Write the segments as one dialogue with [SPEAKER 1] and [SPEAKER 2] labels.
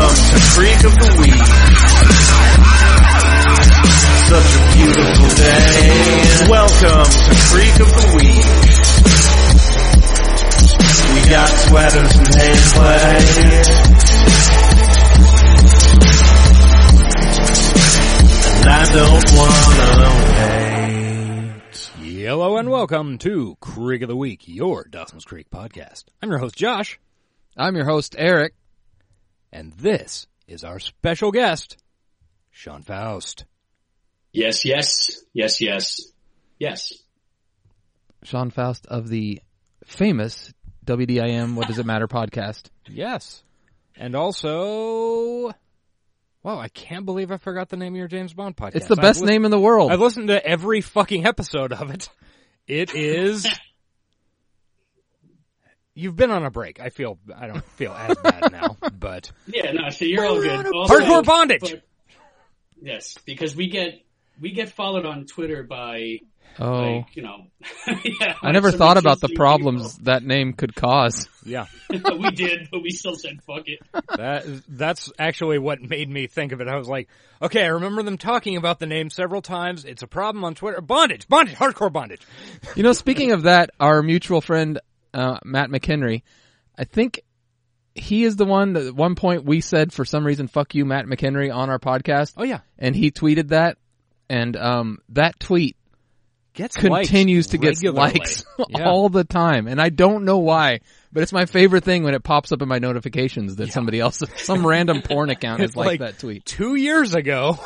[SPEAKER 1] freak of the week. Such a beautiful day. Welcome to Freak of the Week. We got sweaters and hand play. And I don't wanna wait.
[SPEAKER 2] Hello and welcome to Creek of the Week, your Dawson's Creek podcast. I'm your host Josh,
[SPEAKER 3] I'm your host, Eric.
[SPEAKER 2] and this is our special guest, Sean Faust.
[SPEAKER 4] Yes, yes, yes, yes, yes.
[SPEAKER 3] Sean Faust of the famous WDIM What Does It Matter podcast.
[SPEAKER 2] Yes, and also, wow, I can't believe I forgot the name of your James Bond podcast.
[SPEAKER 3] It's the best
[SPEAKER 2] I've lis-
[SPEAKER 3] name in the world.
[SPEAKER 2] I've listened to every fucking episode of it. It is. You've been on a break. I feel I don't feel as bad now, but
[SPEAKER 4] Yeah, no, so you're all good. Also,
[SPEAKER 2] hardcore bondage.
[SPEAKER 4] but- yes, because we get we get followed on Twitter by
[SPEAKER 3] oh,
[SPEAKER 4] like, you know. yeah,
[SPEAKER 3] I never
[SPEAKER 4] some
[SPEAKER 3] thought about the
[SPEAKER 4] existing
[SPEAKER 3] problems that name could cause.
[SPEAKER 2] Yeah,
[SPEAKER 4] people. we did, but we still said fuck it.
[SPEAKER 2] That that's actually what made me think of it. I was like, okay, I remember them talking about the name several times. It's a problem on Twitter. Bondage, bondage, hardcore bondage.
[SPEAKER 3] You know, speaking of that, our mutual friend, uh, Matt McHenry, I think he is the one that at one point we said for some reason, fuck you, Matt McHenry on our podcast.
[SPEAKER 2] Oh yeah,
[SPEAKER 3] And he tweeted that. And, um, that tweet
[SPEAKER 2] gets
[SPEAKER 3] continues
[SPEAKER 2] likes
[SPEAKER 3] to get
[SPEAKER 2] regularly.
[SPEAKER 3] likes
[SPEAKER 2] Yeah.
[SPEAKER 3] all the time, and I don't know why, but it's my favorite thing when it pops up in my notifications that somebody else, some random porn account has
[SPEAKER 2] It's like-
[SPEAKER 3] liked that tweet.
[SPEAKER 2] Two years ago,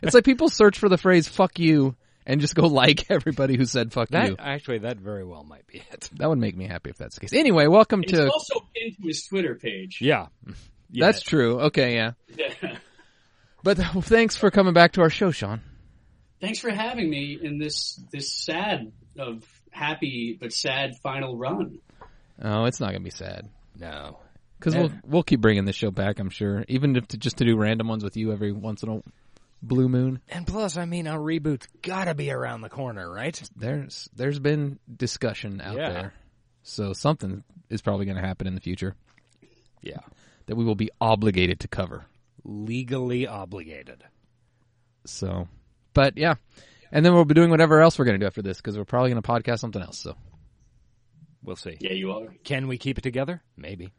[SPEAKER 3] It's like people search for the phrase "fuck you" and just go like everybody who said "fuck
[SPEAKER 2] that
[SPEAKER 3] you."
[SPEAKER 2] actually that very well might be it.
[SPEAKER 3] That would make me happy if that's the case. Anyway, welcome
[SPEAKER 4] It's
[SPEAKER 3] to.
[SPEAKER 4] also pinned to his Twitter page.
[SPEAKER 2] Yeah, Yeah.
[SPEAKER 3] That's true. Okay, yeah.
[SPEAKER 4] Yeah.
[SPEAKER 3] But thanks for coming back to our show, Sean.
[SPEAKER 4] Thanks for having me in this this sad of happy but sad final run.
[SPEAKER 3] Oh, it's not gonna be sad
[SPEAKER 2] no. Eh.
[SPEAKER 3] because we'll we'll keep bringing this show back. I'm sure, even if to, just to do random ones with you every once in a blue moon.
[SPEAKER 2] And plus, I mean, our reboot's got to be around the corner, right?
[SPEAKER 3] there's there's been discussion out
[SPEAKER 2] Yeah.
[SPEAKER 3] there, so something is probably going to happen in the future
[SPEAKER 2] Yeah,
[SPEAKER 3] that we will be obligated to cover.
[SPEAKER 2] legally obligated.
[SPEAKER 3] So, but yeah, and then we'll be doing whatever else we're going to do after this because we're probably going to podcast something else. So
[SPEAKER 2] We'll see.
[SPEAKER 4] Yeah, you are.
[SPEAKER 2] Can we keep it together? Maybe.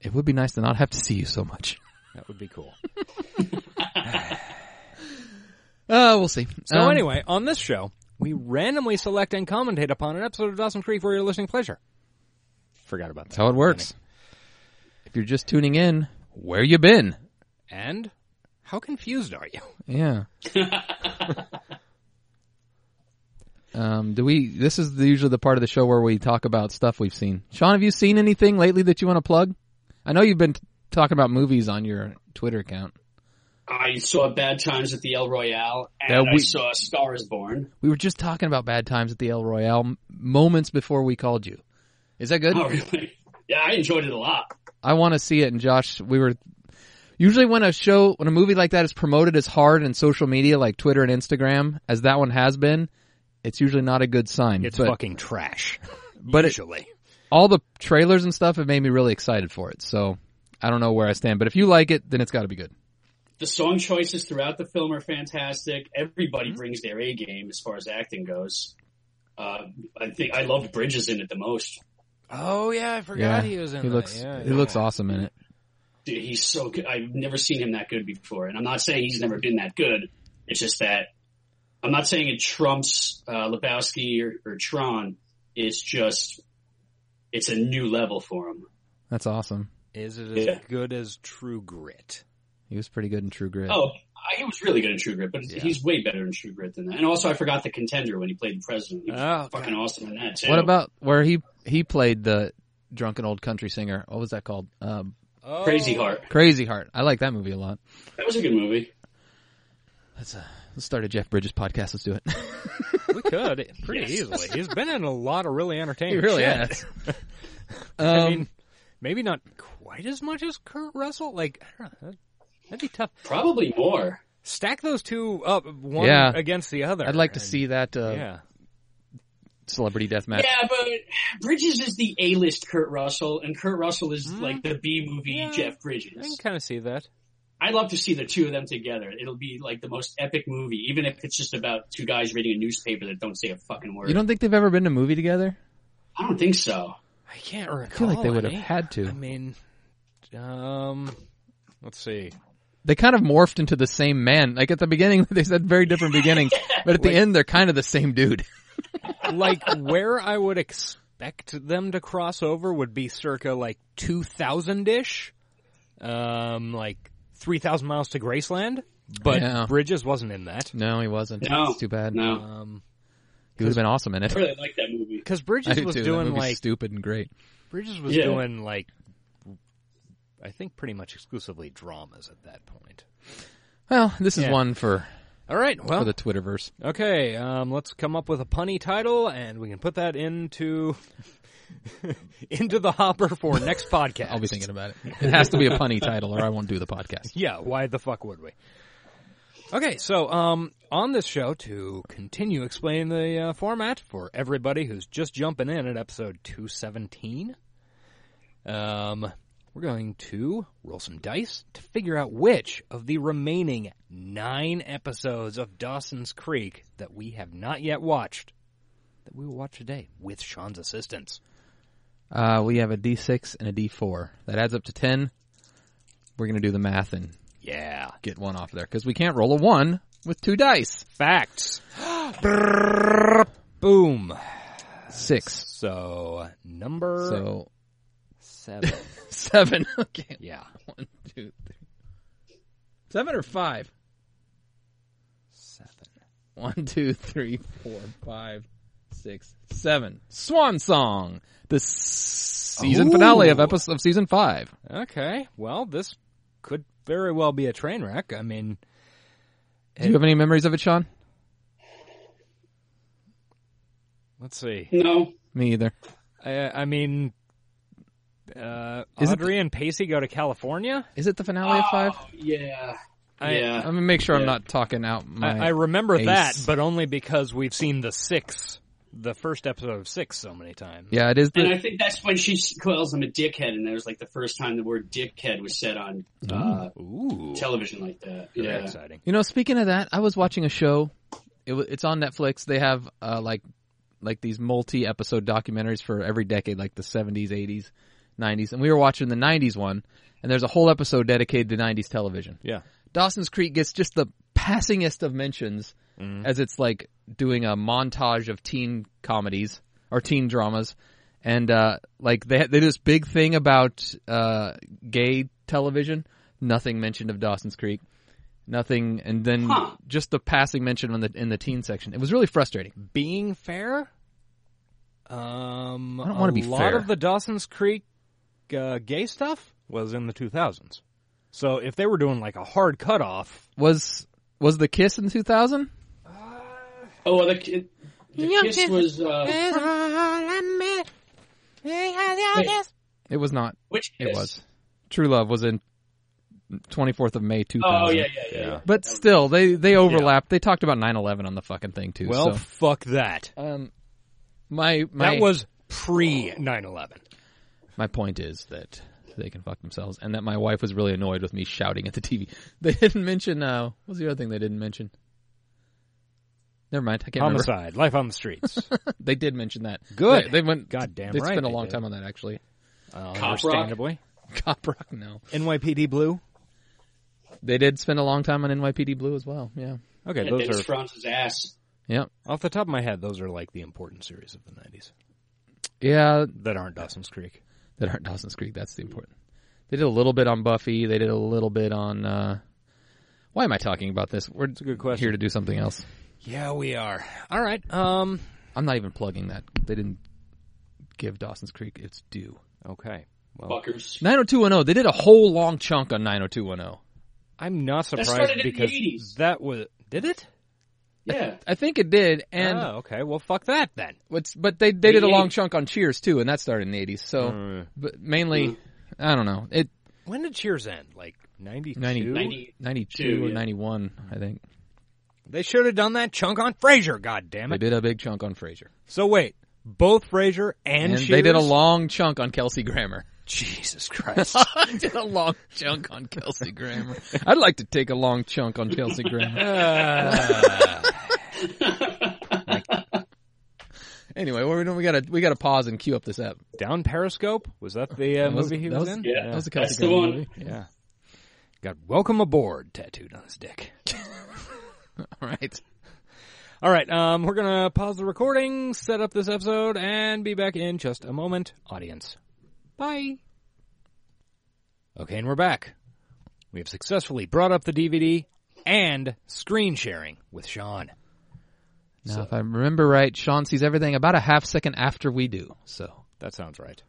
[SPEAKER 3] it would be nice to not have to see you so much.
[SPEAKER 2] That would be cool.
[SPEAKER 3] Uh, we'll see.
[SPEAKER 2] So
[SPEAKER 3] Um,
[SPEAKER 2] anyway, on this show, we randomly select and commentate upon an episode of Dawson Creek for your listening pleasure. Forgot about
[SPEAKER 3] that's
[SPEAKER 2] that.
[SPEAKER 3] how it works. If you're just tuning in, where you been?
[SPEAKER 2] And how confused are you?
[SPEAKER 3] Yeah. um, do we? This is the, usually the part of the show where we talk about stuff we've seen. Sean, have you seen anything lately that you want to plug? I know you've been t- talking about movies on your Twitter account.
[SPEAKER 4] I saw Bad Times at the El Royale, and
[SPEAKER 3] That
[SPEAKER 4] I
[SPEAKER 3] we-
[SPEAKER 4] saw Star Is Born.
[SPEAKER 3] We were just talking about Bad Times at the El Royale m- moments before we called you. Is that good?
[SPEAKER 4] Oh, really? Yeah, I enjoyed it a lot.
[SPEAKER 3] I want to see it. And Josh, we were usually when a show, when a movie like that is promoted as hard in social media like Twitter and Instagram, as that one has been, it's usually not a good sign.
[SPEAKER 2] It's
[SPEAKER 3] but
[SPEAKER 2] fucking trash.
[SPEAKER 3] But it-
[SPEAKER 2] usually.
[SPEAKER 3] all the trailers and stuff have made me really excited for it. So I don't know where I stand, but if you like it, then it's got to be good.
[SPEAKER 4] The song choices throughout the film are fantastic. Everybody brings their A game as far as acting goes. Uh, I think I loved Bridges in it the most.
[SPEAKER 2] oh yeah, I forgot he was in
[SPEAKER 3] he
[SPEAKER 2] that.
[SPEAKER 3] looks
[SPEAKER 2] Yeah,
[SPEAKER 3] he
[SPEAKER 2] yeah.
[SPEAKER 3] looks awesome in it.
[SPEAKER 4] Dude, he's so good. I've never seen him that good before, and I'm not saying he's never been that good. It's just that I'm not saying it trumps uh, Lebowski or, or Tron. It's just it's a new level for him.
[SPEAKER 3] That's awesome.
[SPEAKER 2] Is it as
[SPEAKER 4] Yeah.
[SPEAKER 2] good as True Grit?
[SPEAKER 3] He was pretty good in True Grit.
[SPEAKER 4] Oh, I, he was really good in True Grit, but
[SPEAKER 2] Yeah.
[SPEAKER 4] he's way better in True Grit than that. And also, I forgot the contender when he played the president. He was
[SPEAKER 2] Oh,
[SPEAKER 4] fucking awesome in that too.
[SPEAKER 3] what about where he he played the drunken old country singer? What was that called? Um,
[SPEAKER 2] Oh.
[SPEAKER 4] Crazy Heart?
[SPEAKER 3] Crazy Heart. I like that movie a lot.
[SPEAKER 4] That was a good movie.
[SPEAKER 3] Let's uh, let's start a Jeff Bridges podcast. Let's do it.
[SPEAKER 2] We could pretty easily. He's been in a lot of really entertaining.
[SPEAKER 3] he really
[SPEAKER 2] shit.
[SPEAKER 3] has.
[SPEAKER 2] I
[SPEAKER 3] Um,
[SPEAKER 2] mean, maybe not quite as much as Kurt Russell. Like I don't know, that'd be tough.
[SPEAKER 4] Probably more.
[SPEAKER 2] Stack those two up one
[SPEAKER 3] Yeah.
[SPEAKER 2] against the other.
[SPEAKER 3] I'd like to
[SPEAKER 2] and-
[SPEAKER 3] see that uh,
[SPEAKER 2] Yeah.
[SPEAKER 3] celebrity death match.
[SPEAKER 4] Yeah, but Bridges is the A list Kurt Russell, and Kurt Russell is
[SPEAKER 3] Hmm.
[SPEAKER 4] like the B movie
[SPEAKER 2] Yeah.
[SPEAKER 4] Jeff
[SPEAKER 2] I can
[SPEAKER 4] Bridges.
[SPEAKER 2] kind of see that.
[SPEAKER 4] I'd love to see the two of them together. It'll be like the most epic movie, even if it's just about two guys reading a newspaper that don't say a fucking word.
[SPEAKER 3] You don't think they've ever been to a movie together?
[SPEAKER 4] I don't think so.
[SPEAKER 2] I can't recall.
[SPEAKER 3] I feel like they would have
[SPEAKER 2] any.
[SPEAKER 3] had to.
[SPEAKER 2] I mean, um, let's see.
[SPEAKER 3] they kind of morphed into the same man. Like at the beginning, they said very different beginnings, but at the end, they're kind of the same dude.
[SPEAKER 2] Like where I would expect them to cross over would be circa like 2000 ish, um, like 3000 miles to Graceland. But
[SPEAKER 3] Yeah.
[SPEAKER 2] Bridges wasn't in that.
[SPEAKER 3] No, he wasn't.
[SPEAKER 4] No,
[SPEAKER 3] It's too bad.
[SPEAKER 4] No,
[SPEAKER 2] Um,
[SPEAKER 3] He would have been awesome in it.
[SPEAKER 4] I really like that movie.
[SPEAKER 2] because
[SPEAKER 3] I
[SPEAKER 2] Bridges
[SPEAKER 3] do
[SPEAKER 2] was
[SPEAKER 3] too. That
[SPEAKER 2] doing
[SPEAKER 3] movie's
[SPEAKER 2] like
[SPEAKER 3] stupid and great.
[SPEAKER 2] Bridges was
[SPEAKER 4] Yeah.
[SPEAKER 2] doing like, I think pretty much exclusively dramas at that point.
[SPEAKER 3] Well, this is
[SPEAKER 2] Yeah.
[SPEAKER 3] one for
[SPEAKER 2] All right,
[SPEAKER 3] for
[SPEAKER 2] well,
[SPEAKER 3] the Twitterverse.
[SPEAKER 2] okay, um, let's come up with a punny title, and we can put that into into the hopper for next podcast.
[SPEAKER 3] I'll be thinking about it. It has to be a punny title, or I won't do the podcast.
[SPEAKER 2] Yeah, why the fuck would we? Okay, so um, on this show, to continue explaining the uh, format for everybody who's just jumping in at episode 217, um, we're going to roll some dice to figure out which of the remaining nine episodes of Dawson's Creek that we have not yet watched that we will watch today with Sean's assistance.
[SPEAKER 3] Uh, we have a D6 and a D4. That adds up to ten. We're gonna do the math and
[SPEAKER 2] Yeah.
[SPEAKER 3] get one off there because we can't roll a one with two dice.
[SPEAKER 2] Facts. Brrrr. Boom.
[SPEAKER 3] Six.
[SPEAKER 2] So number
[SPEAKER 3] So
[SPEAKER 2] seven.
[SPEAKER 3] seven. Okay.
[SPEAKER 2] yeah,
[SPEAKER 3] One, two, three. Seven or five?
[SPEAKER 2] seven.
[SPEAKER 3] One, two, three, four, five, six, seven. Swan Song, the s- season finale of episode of season five.
[SPEAKER 2] Okay. Well, this could very well be a train wreck. I mean,
[SPEAKER 3] Do you have any memories of it, Sean?
[SPEAKER 2] let's see.
[SPEAKER 4] No,
[SPEAKER 3] Me either.
[SPEAKER 2] I, I mean, uh,
[SPEAKER 3] Is it
[SPEAKER 2] Audrey and Pacey go to California.
[SPEAKER 3] Is it the finale of five?
[SPEAKER 4] Oh, yeah,
[SPEAKER 2] I,
[SPEAKER 3] I'm
[SPEAKER 4] yeah.
[SPEAKER 3] gonna make sure I'm
[SPEAKER 4] Ah. Yeah.
[SPEAKER 3] not talking out
[SPEAKER 2] I,
[SPEAKER 3] my.
[SPEAKER 2] I remember
[SPEAKER 3] Ace.
[SPEAKER 2] that, but only because we've seen the six, the first episode of six, so many times.
[SPEAKER 3] yeah, it is
[SPEAKER 4] And
[SPEAKER 3] the.
[SPEAKER 4] I think that's when she calls him a dickhead, and that was like the first time the word dickhead was said on uh,
[SPEAKER 2] Ooh,
[SPEAKER 4] television like that.
[SPEAKER 2] very
[SPEAKER 4] Yeah.
[SPEAKER 2] exciting.
[SPEAKER 3] You know, speaking of that, I was watching a show. It, wa- it's on Netflix. They have uh, like like these multi episode documentaries for every decade, like the 70s, 80s, 90s, and we were watching the 90s one. And there's a whole episode dedicated to 90s television.
[SPEAKER 2] Yeah.
[SPEAKER 3] Dawson's Creek gets just the passingest of mentions as it's like doing a montage of teen comedies or teen dramas, and uh, like they they do this big thing about uh, gay television. Nothing mentioned of Dawson's Creek. Nothing, and then
[SPEAKER 4] Huh.
[SPEAKER 3] just the passing mention in the in the teen section. It was really frustrating.
[SPEAKER 2] being fair, um,
[SPEAKER 3] I don't wanna
[SPEAKER 2] a
[SPEAKER 3] be
[SPEAKER 2] lot
[SPEAKER 3] fair.
[SPEAKER 2] of the Dawson's Creek uh, gay stuff was in the 2000s. So if they were doing like a hard cutoff,
[SPEAKER 3] Was was the kiss in two thousand?
[SPEAKER 4] Oh, well, the, ki- the kiss was uh,
[SPEAKER 3] It was not.
[SPEAKER 4] which kiss?
[SPEAKER 3] It was. True Love was in twenty fourth of May two thousand.
[SPEAKER 4] Oh yeah, yeah, yeah. yeah.
[SPEAKER 3] But still, they they overlapped. They talked about 9/11 on the fucking thing too.
[SPEAKER 2] well,
[SPEAKER 3] so,
[SPEAKER 2] fuck that.
[SPEAKER 3] um, my my
[SPEAKER 2] That was pre 9/11.
[SPEAKER 3] my point is that they can fuck themselves, and that my wife was really annoyed with me shouting at the TV. They didn't mention. Uh, what was the other thing they didn't mention? Never mind. I can't remember.
[SPEAKER 2] Homicide, life on the streets.
[SPEAKER 3] They did mention that.
[SPEAKER 2] Good.
[SPEAKER 3] They, they went.
[SPEAKER 2] God damn
[SPEAKER 3] They
[SPEAKER 2] right
[SPEAKER 3] spent a
[SPEAKER 2] they
[SPEAKER 3] long
[SPEAKER 2] did.
[SPEAKER 3] time on that actually.
[SPEAKER 2] Uh,
[SPEAKER 4] Rock.
[SPEAKER 2] understandably.
[SPEAKER 3] Cop Rock. No.
[SPEAKER 2] NYPD Blue.
[SPEAKER 3] They did spend a long time on NYPD Blue as well. Yeah.
[SPEAKER 2] Okay,
[SPEAKER 4] And Dennis
[SPEAKER 2] those are
[SPEAKER 4] Franz's ass.
[SPEAKER 3] Yep.
[SPEAKER 2] off the top of my head. Those are like the important series of the 90s
[SPEAKER 3] Yeah.
[SPEAKER 2] that aren't Dawson's Creek.
[SPEAKER 3] that aren't Dawson's Creek. That's the important. They did a little bit on Buffy. They did a little bit on. Uh, why am I talking about this? We're
[SPEAKER 2] a good question.
[SPEAKER 3] here to do something else.
[SPEAKER 2] Yeah, we are. All right. Um.
[SPEAKER 3] I'm not even plugging that. They didn't give Dawson's Creek its due.
[SPEAKER 2] Okay. Well,
[SPEAKER 4] Fuckers.
[SPEAKER 3] 90210. They did a whole long chunk on 90210.
[SPEAKER 2] I'm not
[SPEAKER 4] That
[SPEAKER 2] surprised
[SPEAKER 4] started in the
[SPEAKER 2] because
[SPEAKER 4] 80s.
[SPEAKER 2] that was did it.
[SPEAKER 4] Yeah.
[SPEAKER 3] I think it did, and
[SPEAKER 2] oh, okay. Well, fuck that then.
[SPEAKER 3] what's but they they did a long
[SPEAKER 4] 88.
[SPEAKER 3] chunk on Cheers too, and that started in the 80s. So,
[SPEAKER 2] Hmm. Uh,
[SPEAKER 3] but mainly, I don't know. It
[SPEAKER 2] When did Cheers end? Like 92?
[SPEAKER 3] 90,
[SPEAKER 4] 90
[SPEAKER 3] 92 or
[SPEAKER 4] yeah.
[SPEAKER 3] 91, I think.
[SPEAKER 2] They should have done that chunk on Frasier. God damn
[SPEAKER 3] They
[SPEAKER 2] it!
[SPEAKER 3] did a big chunk on Frasier.
[SPEAKER 2] So wait, both Frasier and,
[SPEAKER 3] And they did a
[SPEAKER 2] Shears?
[SPEAKER 3] long chunk on Kelsey Grammer.
[SPEAKER 2] Jesus Christ!
[SPEAKER 3] did a long chunk on Kelsey Grammer. I'd like to take a long chunk on Kelsey Grammer.
[SPEAKER 2] Uh,
[SPEAKER 3] Anyway, what are we doing? We gotta we gotta pause and queue up this app.
[SPEAKER 2] Down Periscope was that the uh,
[SPEAKER 3] That was-
[SPEAKER 2] movie he
[SPEAKER 3] that
[SPEAKER 2] was,
[SPEAKER 3] was-
[SPEAKER 2] in?
[SPEAKER 4] Yeah,
[SPEAKER 3] That was a Kelsey
[SPEAKER 4] that's the
[SPEAKER 3] Grammer
[SPEAKER 4] one.
[SPEAKER 3] movie.
[SPEAKER 2] Yeah. Got welcome aboard tattooed on his dick.
[SPEAKER 3] All right.
[SPEAKER 2] All right, um, we're gonna pause the recording, set up this episode, and be back in just a moment, audience. Bye. Okay, and we're back. We have successfully brought up the DVD and screen sharing with Sean.
[SPEAKER 3] Now, if I remember right, Sean sees everything about a half second after we do. So
[SPEAKER 2] That sounds right.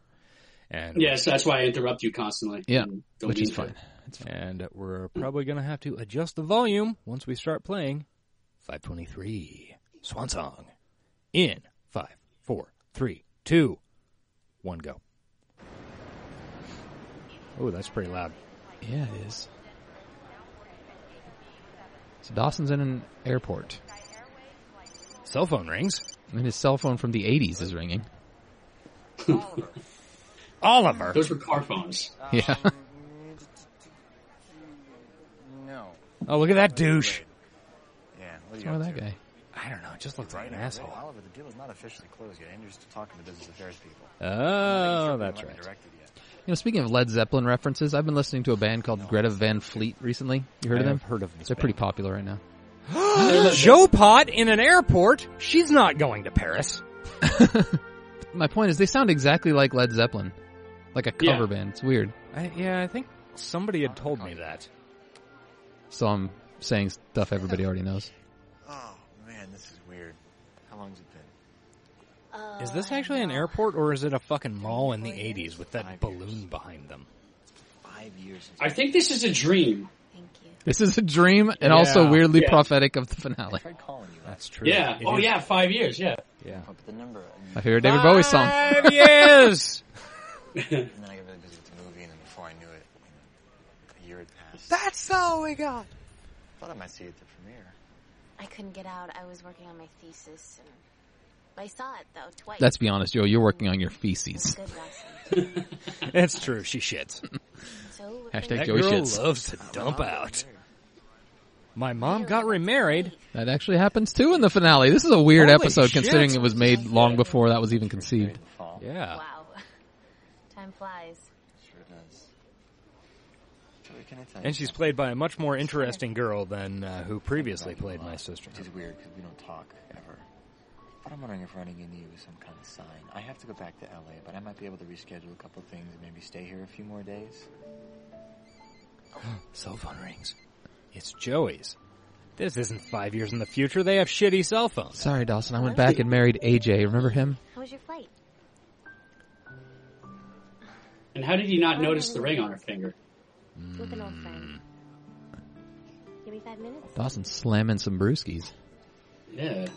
[SPEAKER 2] And
[SPEAKER 4] Yes, that's why I interrupt you constantly.
[SPEAKER 3] yeah,
[SPEAKER 4] And Mm, don't
[SPEAKER 3] which is
[SPEAKER 4] mean to.
[SPEAKER 3] fine. It's fine.
[SPEAKER 2] and we're probably gonna have to adjust the volume once we start playing. Five twenty-three Swan Song. In five, four, three, two, one, go. Oh, that's pretty loud.
[SPEAKER 3] Yeah, it is. So Dawson's in an airport,
[SPEAKER 2] Cell phone rings.
[SPEAKER 3] and his cell phone from the '80s is ringing.
[SPEAKER 2] Oliver.
[SPEAKER 4] Those were car phones.
[SPEAKER 3] Yeah.
[SPEAKER 5] No.
[SPEAKER 2] Oh, look at that douche.
[SPEAKER 5] Yeah. What do you
[SPEAKER 3] Oh,
[SPEAKER 5] up
[SPEAKER 3] that
[SPEAKER 5] to?
[SPEAKER 3] guy.
[SPEAKER 2] I don't know. It just looks like an asshole.
[SPEAKER 5] Oliver, the deal is not officially closed yet. Andrew's still talking to business affairs people.
[SPEAKER 2] Oh, that's
[SPEAKER 5] Let me
[SPEAKER 2] right.
[SPEAKER 5] direct it yet.
[SPEAKER 3] You know, speaking of Led Zeppelin references, I've been listening to a band called Greta Van Fleet recently. You heard of
[SPEAKER 2] I
[SPEAKER 3] them?
[SPEAKER 2] have heard of this
[SPEAKER 3] They're
[SPEAKER 2] band.
[SPEAKER 3] pretty popular right now.
[SPEAKER 2] Joe Pot in an airport. She's not going to Paris.
[SPEAKER 3] My point is, they sound exactly like Led Zeppelin, like a
[SPEAKER 4] Yeah.
[SPEAKER 3] cover band. It's weird.
[SPEAKER 2] I, yeah, I think somebody had told me that.
[SPEAKER 3] So I'm saying stuff everybody already knows.
[SPEAKER 5] Oh man, this is weird. How long's it been?
[SPEAKER 2] Is this actually an airport or is it a fucking mall in the 80s with that balloon behind them?
[SPEAKER 5] Five years. Since
[SPEAKER 4] I think this is a dream.
[SPEAKER 6] Thank you.
[SPEAKER 3] This is a dream, and also
[SPEAKER 2] Yeah.
[SPEAKER 3] weirdly
[SPEAKER 4] Yeah.
[SPEAKER 3] prophetic of the finale.
[SPEAKER 5] tried calling you last
[SPEAKER 2] That's true.
[SPEAKER 4] Yeah.
[SPEAKER 2] It
[SPEAKER 4] Oh
[SPEAKER 2] is-
[SPEAKER 4] yeah, five years. Yeah.
[SPEAKER 2] Yeah.
[SPEAKER 5] month, but the number, and
[SPEAKER 3] My favorite David Bowie song.
[SPEAKER 2] Five years!
[SPEAKER 5] then I got really busy with the movie, and then before I knew it, you know, a year had passed.
[SPEAKER 2] That's all we got.
[SPEAKER 5] Thought I might see it at the premiere.
[SPEAKER 6] I couldn't get out. I was working on my thesis, and I saw it though twice.
[SPEAKER 3] Let's be honest, Joe. You're working on your
[SPEAKER 6] It
[SPEAKER 3] feces.
[SPEAKER 6] was good lesson.
[SPEAKER 2] It's true. She shits.
[SPEAKER 6] So we're
[SPEAKER 3] Hashtag
[SPEAKER 6] gonna-
[SPEAKER 2] That
[SPEAKER 3] Joey
[SPEAKER 2] girl
[SPEAKER 3] shits.
[SPEAKER 2] loves to dump out. My mom got remarried.
[SPEAKER 3] That actually happens too in the finale. This is a weird
[SPEAKER 2] Holy
[SPEAKER 3] episode,
[SPEAKER 2] shit.
[SPEAKER 3] considering it was made long before that was even conceived.
[SPEAKER 5] Fall.
[SPEAKER 3] Oh.
[SPEAKER 2] Yeah.
[SPEAKER 6] Wow, time flies.
[SPEAKER 5] Sure does. Joey, can I tell you
[SPEAKER 2] And she's played by a much more interesting girl than uh, who previously played my sister.
[SPEAKER 5] Which is weird because we don't talk ever. But I'm wondering if running into you is some kind of sign. I have to go back to LA, but I might be able to reschedule a couple things and maybe stay here a few more days.
[SPEAKER 2] Cell phone rings. It's Joey's. This isn't five years in the future. They have shitty cell phones.
[SPEAKER 3] Sorry, Dawson. I went back and married AJ. Remember him?
[SPEAKER 6] How was your flight?
[SPEAKER 4] And how did you not notice the ring on her finger?
[SPEAKER 6] With an
[SPEAKER 3] Mm.
[SPEAKER 6] old friend. Give me five minutes.
[SPEAKER 3] Dawson slamming some brewskis.
[SPEAKER 4] Yeah.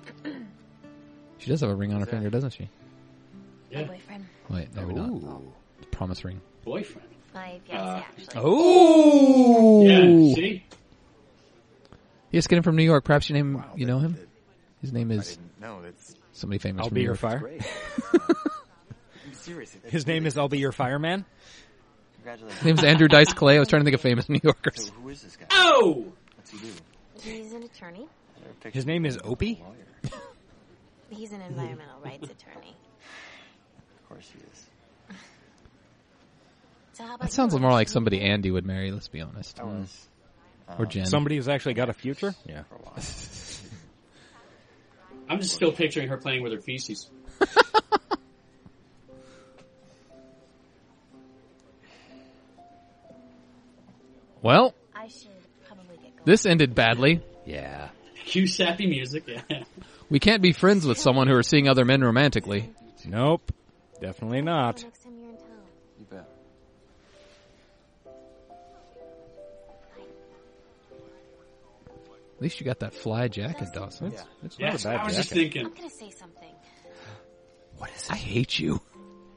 [SPEAKER 3] She does have a ring on her finger, doesn't she?
[SPEAKER 6] My
[SPEAKER 4] Yeah.
[SPEAKER 6] boyfriend,
[SPEAKER 3] Wait, no, we don't.
[SPEAKER 5] Oh.
[SPEAKER 3] Promise ring.
[SPEAKER 4] Boyfriend.
[SPEAKER 6] my fiance,
[SPEAKER 4] Uh,
[SPEAKER 6] actually.
[SPEAKER 2] Oh!
[SPEAKER 4] Yeah. See.
[SPEAKER 3] Yes, get him from New York. Perhaps your name, you know him. His name is
[SPEAKER 5] No, that's
[SPEAKER 3] somebody famous.
[SPEAKER 2] I'll
[SPEAKER 3] from
[SPEAKER 2] be
[SPEAKER 3] New
[SPEAKER 2] your
[SPEAKER 3] York.
[SPEAKER 2] fire.
[SPEAKER 5] great. I'm serious. It's
[SPEAKER 2] His name is I'll be your fireman.
[SPEAKER 5] Congratulations.
[SPEAKER 3] His name's Andrew Dice Clay. I was trying to think of famous New Yorkers.
[SPEAKER 5] So who is this guy?
[SPEAKER 4] Oh.
[SPEAKER 5] What's he do? Is
[SPEAKER 6] He's an attorney.
[SPEAKER 5] there a picture
[SPEAKER 2] His name
[SPEAKER 5] of
[SPEAKER 2] is
[SPEAKER 5] him?
[SPEAKER 2] Opie?
[SPEAKER 5] A lawyer.
[SPEAKER 6] He's an environmental rights attorney.
[SPEAKER 5] Of course he is.
[SPEAKER 6] So how about
[SPEAKER 3] That sounds
[SPEAKER 6] yours?
[SPEAKER 3] more like somebody Andy would marry. Let's be honest.
[SPEAKER 5] I was.
[SPEAKER 3] Or Jen.
[SPEAKER 2] Somebody who's actually got a future. Mm-hmm. Yeah.
[SPEAKER 5] For a while.
[SPEAKER 4] I'm just still picturing her playing with her feces.
[SPEAKER 3] Well,
[SPEAKER 6] I should probably get going.
[SPEAKER 3] this ended badly.
[SPEAKER 2] Yeah.
[SPEAKER 4] Cue sappy music. Yeah.
[SPEAKER 3] We can't be friends with someone who are seeing other men romantically.
[SPEAKER 2] Nope. Definitely not.
[SPEAKER 6] Next time you're in town.
[SPEAKER 5] You bet.
[SPEAKER 3] At least you got that fly jacket, Dawson.
[SPEAKER 5] Yeah.
[SPEAKER 3] It's
[SPEAKER 4] Yeah.
[SPEAKER 3] not a bad
[SPEAKER 4] I was just
[SPEAKER 3] jacket.
[SPEAKER 4] thinking.
[SPEAKER 6] I'm gonna say something.
[SPEAKER 3] What is I hate you.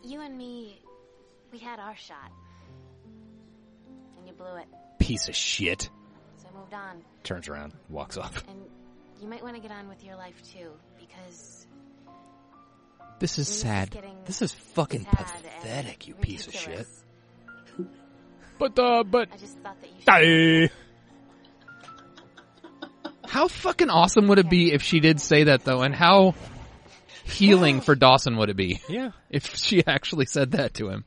[SPEAKER 6] You and me, we had our shot, and you blew it.
[SPEAKER 2] Piece of shit.
[SPEAKER 6] So I moved on,
[SPEAKER 2] Turns around, walks off.
[SPEAKER 6] and you might want to get on with your life too, because
[SPEAKER 2] This is
[SPEAKER 6] This is
[SPEAKER 2] sad.
[SPEAKER 6] getting
[SPEAKER 2] This is fucking
[SPEAKER 6] sad and
[SPEAKER 2] pathetic, you piece of shit.
[SPEAKER 6] ridiculous.
[SPEAKER 3] But uh, but
[SPEAKER 6] I just thought that you. Should
[SPEAKER 2] Die.
[SPEAKER 3] how fucking awesome would it be if she did say that though, and how healing for Dawson would it be
[SPEAKER 2] Yeah,
[SPEAKER 3] if she actually said that to him?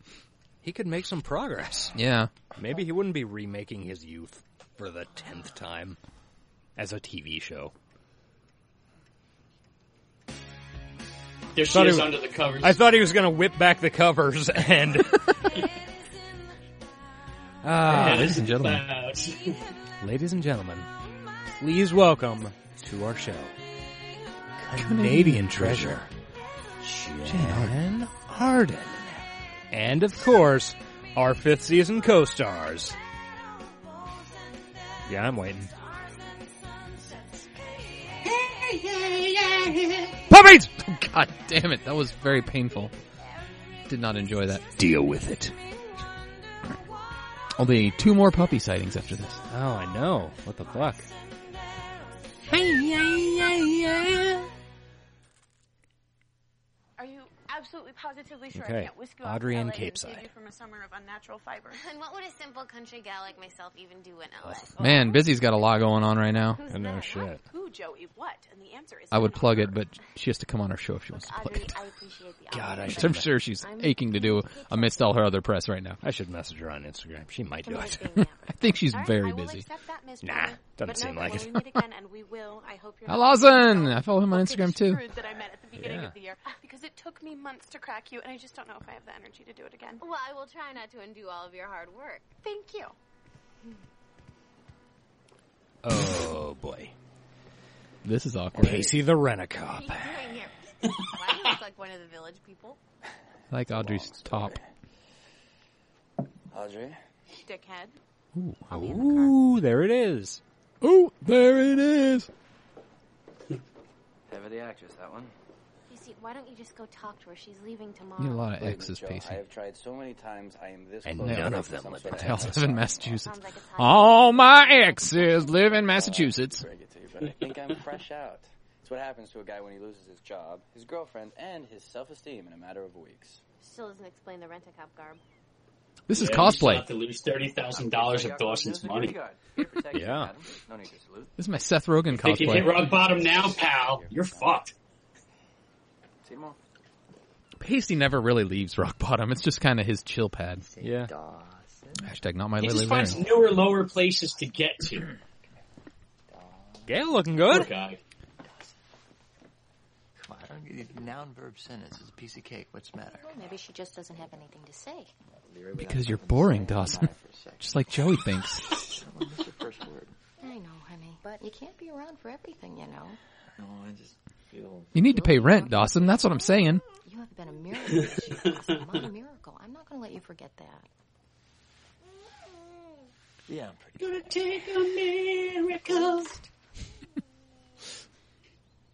[SPEAKER 2] he could make some progress.
[SPEAKER 3] Yeah,
[SPEAKER 2] Maybe he wouldn't be remaking his youth for the tenth time as a TV show.
[SPEAKER 4] There she
[SPEAKER 2] Thought
[SPEAKER 4] is
[SPEAKER 2] it-
[SPEAKER 4] under the covers.
[SPEAKER 2] I thought he was going to whip back the covers and. Ah,
[SPEAKER 4] Yeah, Uh,
[SPEAKER 3] ladies and gentlemen.
[SPEAKER 4] clouds.
[SPEAKER 2] ladies and gentlemen, please welcome to our show Canadian Treasure, Jan Arden, and of course our fifth season co-stars. Yeah, I'm waiting. Puppies,
[SPEAKER 3] God damn it, that was very painful. Did not enjoy that.
[SPEAKER 2] deal with it.
[SPEAKER 3] Only two more puppy sightings after this.
[SPEAKER 2] Oh, I know. What the fuck?
[SPEAKER 7] Are you absolutely positively sure
[SPEAKER 2] Okay.
[SPEAKER 7] I can't whisk you out
[SPEAKER 2] Audrey
[SPEAKER 7] to
[SPEAKER 2] and
[SPEAKER 7] LA
[SPEAKER 2] Capeside.
[SPEAKER 7] save you from a summer of unnatural fiber?
[SPEAKER 6] And what would a simple country gal like myself even do in LA?
[SPEAKER 3] Man, Busy's got a lot going on right now.
[SPEAKER 6] Who's
[SPEAKER 2] I know
[SPEAKER 6] that?
[SPEAKER 2] Oh, shit.
[SPEAKER 7] Who, Joey? What? And the answer is
[SPEAKER 3] I would
[SPEAKER 7] none.
[SPEAKER 3] plug it, but she has to come on our show if she wants to plug
[SPEAKER 6] Audrey,
[SPEAKER 3] it.
[SPEAKER 6] I appreciate the
[SPEAKER 2] God, I
[SPEAKER 6] offer,
[SPEAKER 2] should-
[SPEAKER 3] I'm sure she's aching to do amidst all her other press right now.
[SPEAKER 2] I should message her on Instagram. She might do
[SPEAKER 6] but the
[SPEAKER 2] it.
[SPEAKER 6] biggest thing ever.
[SPEAKER 3] I think she's
[SPEAKER 7] All right,
[SPEAKER 3] very
[SPEAKER 7] I will
[SPEAKER 3] busy.
[SPEAKER 7] accept that, Miss
[SPEAKER 2] Nah,
[SPEAKER 7] Browning.
[SPEAKER 2] doesn't
[SPEAKER 7] But know
[SPEAKER 2] seem
[SPEAKER 7] that
[SPEAKER 2] like
[SPEAKER 7] when
[SPEAKER 2] it.
[SPEAKER 7] we meet again, and we will, I hope you're
[SPEAKER 3] Hi,
[SPEAKER 7] not-
[SPEAKER 3] Lawson! I follow him on
[SPEAKER 7] Don't get
[SPEAKER 3] Instagram, too.
[SPEAKER 7] screwed that I met at the beginning
[SPEAKER 2] Yeah.
[SPEAKER 7] of the year because it took me months to crack you, and I just don't know if I have the energy to do it again.
[SPEAKER 6] Well, I will try not to undo all of your hard work.
[SPEAKER 7] Oh, Thank you.
[SPEAKER 2] Oh boy,
[SPEAKER 3] This is awkward.
[SPEAKER 2] Pacey the
[SPEAKER 6] What
[SPEAKER 2] Rent-A-Cop.
[SPEAKER 6] are you doing here? Why do you look like one of the village people?
[SPEAKER 3] I like Audrey's top.
[SPEAKER 5] Audrey?
[SPEAKER 7] Dickhead.
[SPEAKER 2] Ooh, there it is.
[SPEAKER 3] Oh, there it is.
[SPEAKER 5] Ever the actress, that one?
[SPEAKER 6] Casey, why don't you just go talk to her? She's leaving
[SPEAKER 3] You
[SPEAKER 6] tomorrow.
[SPEAKER 3] need a lot of
[SPEAKER 5] Believe me,
[SPEAKER 3] X's,
[SPEAKER 5] Joe, I
[SPEAKER 3] Pacey.
[SPEAKER 5] have tried so many times. I am this
[SPEAKER 2] And
[SPEAKER 5] close to
[SPEAKER 2] none of
[SPEAKER 5] making
[SPEAKER 2] them
[SPEAKER 5] some
[SPEAKER 2] live
[SPEAKER 5] sort of
[SPEAKER 2] in
[SPEAKER 3] They also live in Massachusetts.
[SPEAKER 6] Sounds like it's
[SPEAKER 2] Oh,
[SPEAKER 6] hot.
[SPEAKER 3] All my exes live in Massachusetts.
[SPEAKER 5] bring it to you, but I think I'm fresh out. It's what happens to a guy when he loses his job, his girlfriend, and his self-esteem in a matter of weeks.
[SPEAKER 6] Still doesn't explain the rent-a-cop garb.
[SPEAKER 3] This is
[SPEAKER 4] Yeah, you still
[SPEAKER 3] cosplay.
[SPEAKER 4] Have to lose thirty thousand dollars of Dawson's money.
[SPEAKER 2] Yeah.
[SPEAKER 5] No need to salute.
[SPEAKER 3] This is my Seth Rogen
[SPEAKER 4] If you hit
[SPEAKER 3] cosplay.
[SPEAKER 4] rock bottom now, pal, you're fucked.
[SPEAKER 5] Seymour.
[SPEAKER 3] Pacey never really leaves rock bottom. It's just kind of his chill pad.
[SPEAKER 2] Yeah.
[SPEAKER 3] Hashtag not my
[SPEAKER 4] He
[SPEAKER 3] Lily
[SPEAKER 4] just
[SPEAKER 3] Larry.
[SPEAKER 4] finds newer, lower places to get to.
[SPEAKER 2] Gail looking
[SPEAKER 4] Poor
[SPEAKER 2] good.
[SPEAKER 4] guy.
[SPEAKER 5] Come on, I don't get noun verb sentence. It's a piece of cake. What's the matter?
[SPEAKER 6] Maybe she just doesn't have anything to say.
[SPEAKER 3] Because you're boring, Dawson. Just like Joey thinks.
[SPEAKER 5] What's your first word?
[SPEAKER 6] I know, honey. But you can't be around for everything, you know.
[SPEAKER 5] No, I just feel.
[SPEAKER 3] You need to pay rent, Dawson. That's what I'm saying.
[SPEAKER 6] You have been a miracle this year, Dawson. My miracle. I'm not going to let you forget that.
[SPEAKER 5] Yeah, I'm pretty.
[SPEAKER 4] Gonna take a miracle.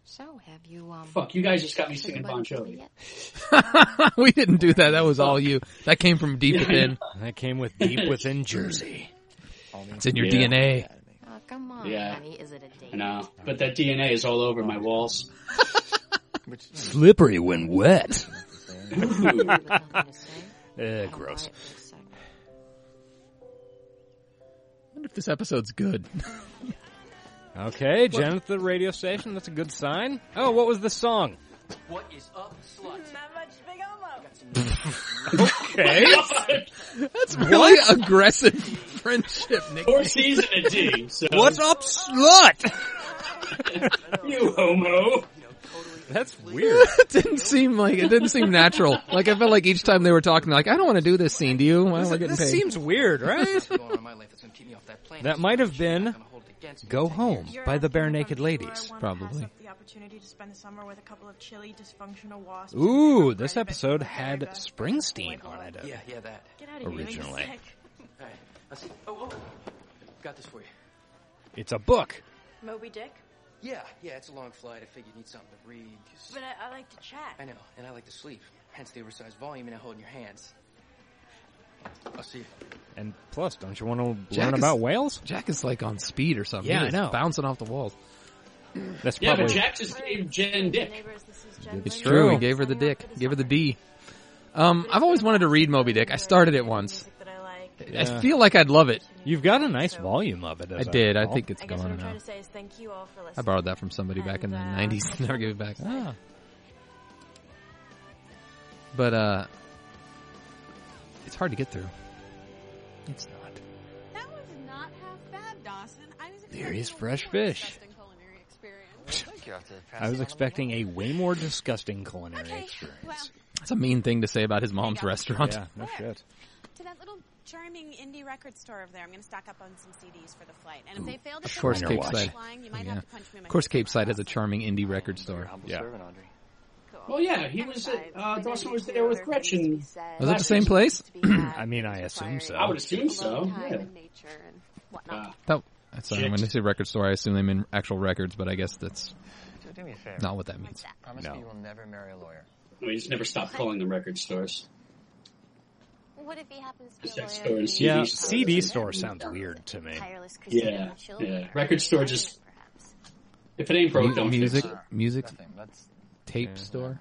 [SPEAKER 6] So, have you, um...
[SPEAKER 4] Fuck, you guys just got me
[SPEAKER 6] think
[SPEAKER 4] singing
[SPEAKER 6] about
[SPEAKER 4] Bon
[SPEAKER 6] each other
[SPEAKER 4] Jovi.
[SPEAKER 6] yet?
[SPEAKER 3] we didn't do that. That was all you. That came from deep within.
[SPEAKER 2] That came with deep within Jersey.
[SPEAKER 3] It's in your
[SPEAKER 4] Yeah.
[SPEAKER 3] DNA.
[SPEAKER 6] Oh, come on,
[SPEAKER 4] Yeah.
[SPEAKER 6] honey. Is it a date?
[SPEAKER 4] I know, but that DNA is all over my walls.
[SPEAKER 5] Which
[SPEAKER 2] Slippery when wet.
[SPEAKER 4] Ooh.
[SPEAKER 6] You have something to say?
[SPEAKER 2] Uh,
[SPEAKER 6] Don't
[SPEAKER 2] gross.
[SPEAKER 6] buy it for a second.
[SPEAKER 3] I wonder if this episode's good.
[SPEAKER 2] Okay, Jen at the radio station. That's a good sign. Oh, what was the song?
[SPEAKER 5] What is up, slut?
[SPEAKER 2] Okay.
[SPEAKER 3] That's really aggressive friendship, Nick.
[SPEAKER 4] Four C's and a D. So
[SPEAKER 2] What's up, slut?
[SPEAKER 4] you homo?
[SPEAKER 2] That's weird.
[SPEAKER 3] It didn't seem like it didn't seem natural. Like I felt like each time they were talking, like I don't want to do this scene. Do you? Well, we're getting
[SPEAKER 2] This
[SPEAKER 3] paid.
[SPEAKER 2] seems weird, right?
[SPEAKER 8] going on in my life that's going to keep me off that plane.
[SPEAKER 2] That might have been
[SPEAKER 8] I'm gonna hold it against me.
[SPEAKER 2] Go Home
[SPEAKER 7] You're
[SPEAKER 2] by the
[SPEAKER 7] asking
[SPEAKER 2] Bare
[SPEAKER 7] if I'm
[SPEAKER 2] Naked
[SPEAKER 7] sure I
[SPEAKER 2] Ladies.
[SPEAKER 7] wanna
[SPEAKER 3] Probably.
[SPEAKER 7] Pass up the opportunity to spend the summer with a couple of chilly, dysfunctional wasps.
[SPEAKER 2] Ooh, this episode had Springsteen on it.
[SPEAKER 8] Yeah, yeah, that.
[SPEAKER 7] Get out of here, you're
[SPEAKER 2] Originally.
[SPEAKER 7] sick.
[SPEAKER 8] All right, let's see. Oh, oh, got this for you.
[SPEAKER 2] It's a book.
[SPEAKER 7] Moby Dick,
[SPEAKER 8] Yeah, yeah, it's a long flight. I figured you need something to read. 'cause-
[SPEAKER 7] but I, I like to chat.
[SPEAKER 8] I know, and I like to sleep. Hence the oversized volume and I hold in your hands. I'll see you.
[SPEAKER 2] And plus, don't you want to
[SPEAKER 3] Jack
[SPEAKER 2] learn
[SPEAKER 3] is-
[SPEAKER 2] about whales?
[SPEAKER 3] Jack is like on speed or something.
[SPEAKER 2] Yeah,
[SPEAKER 3] He
[SPEAKER 2] I
[SPEAKER 3] is
[SPEAKER 2] know.
[SPEAKER 3] bouncing off the walls.
[SPEAKER 2] That's
[SPEAKER 4] Yeah,
[SPEAKER 2] probably
[SPEAKER 4] but Jack just gave Jen dick.
[SPEAKER 6] Neighbors, this is Jen.
[SPEAKER 3] It's
[SPEAKER 6] Lynch.
[SPEAKER 3] true.
[SPEAKER 2] true.
[SPEAKER 3] He gave her the dick. Gave her the D. Um, I've always wanted to read Moby Dick. I started it once.
[SPEAKER 6] Music that I like.
[SPEAKER 2] Yeah.
[SPEAKER 3] I feel like I'd love it.
[SPEAKER 2] you've got a nice volume of it.
[SPEAKER 3] I
[SPEAKER 2] as a
[SPEAKER 3] did. I
[SPEAKER 2] whole.
[SPEAKER 3] think it's
[SPEAKER 6] I guess what
[SPEAKER 3] gone
[SPEAKER 6] I'm
[SPEAKER 3] now.
[SPEAKER 6] trying to say is thank you all for listening.
[SPEAKER 3] I borrowed that from somebody back in the
[SPEAKER 6] And, uh,
[SPEAKER 3] '90s. Never gave it back. Ah. But uh, it's hard to get through. It's not.
[SPEAKER 9] That was not half bad, Dawson. I was
[SPEAKER 2] There
[SPEAKER 9] expecting
[SPEAKER 2] is
[SPEAKER 9] a
[SPEAKER 2] fresh
[SPEAKER 9] more
[SPEAKER 2] fish.
[SPEAKER 9] disgusting culinary experience.
[SPEAKER 5] Thank you. After
[SPEAKER 2] I was expecting a way more disgusting culinary
[SPEAKER 9] Okay,
[SPEAKER 2] experience.
[SPEAKER 9] well,
[SPEAKER 3] That's a mean thing to say about his mom's restaurant.
[SPEAKER 2] Yeah, no shit.
[SPEAKER 9] to that little charming indie record store over there, I'm going to stock up on some CDs for the flight. And if they fail to
[SPEAKER 3] of
[SPEAKER 9] pick
[SPEAKER 3] course
[SPEAKER 9] one
[SPEAKER 2] Cape
[SPEAKER 9] up while
[SPEAKER 2] Side-
[SPEAKER 9] I'm flying, you might
[SPEAKER 3] yeah.
[SPEAKER 9] have to punch me in my
[SPEAKER 3] Of course,
[SPEAKER 9] face.
[SPEAKER 3] Cape Side has a charming indie record
[SPEAKER 5] You're a
[SPEAKER 3] store.
[SPEAKER 5] humble
[SPEAKER 2] Yeah.
[SPEAKER 5] servant, Andre.
[SPEAKER 4] Well, Oh, yeah, he was at, uh, Dawson was there with Gretchen.
[SPEAKER 3] Was it the same place?
[SPEAKER 2] I mean, I assume so.
[SPEAKER 4] I would assume so.
[SPEAKER 9] Time
[SPEAKER 4] Yeah.
[SPEAKER 9] and nature and whatnot.
[SPEAKER 4] Uh,
[SPEAKER 3] That, that's sorry,
[SPEAKER 4] Shit.
[SPEAKER 3] when they say record store, I assume they mean actual records, but I guess that's
[SPEAKER 5] So do me a favor.
[SPEAKER 3] not what that means.
[SPEAKER 5] Promise
[SPEAKER 2] No.
[SPEAKER 5] me you will never marry a lawyer.
[SPEAKER 4] I mean, just never stop calling them record stores.
[SPEAKER 6] What if he happens to be
[SPEAKER 4] Just
[SPEAKER 6] a
[SPEAKER 4] that
[SPEAKER 6] lawyer
[SPEAKER 4] store and
[SPEAKER 6] who
[SPEAKER 4] CD
[SPEAKER 2] Yeah,
[SPEAKER 6] uses
[SPEAKER 4] store.
[SPEAKER 2] CD
[SPEAKER 6] Hollywood
[SPEAKER 2] store
[SPEAKER 6] and
[SPEAKER 2] sounds
[SPEAKER 6] built
[SPEAKER 2] weird
[SPEAKER 6] a
[SPEAKER 2] to me.
[SPEAKER 6] tireless crusade
[SPEAKER 4] Yeah,
[SPEAKER 6] on children
[SPEAKER 4] yeah.
[SPEAKER 6] or
[SPEAKER 4] Record store
[SPEAKER 6] environment,
[SPEAKER 4] just-
[SPEAKER 6] perhaps.
[SPEAKER 4] If it ain't broke, don't
[SPEAKER 3] music,
[SPEAKER 4] fix it.
[SPEAKER 3] music,
[SPEAKER 5] Nothing. That's
[SPEAKER 3] tape store.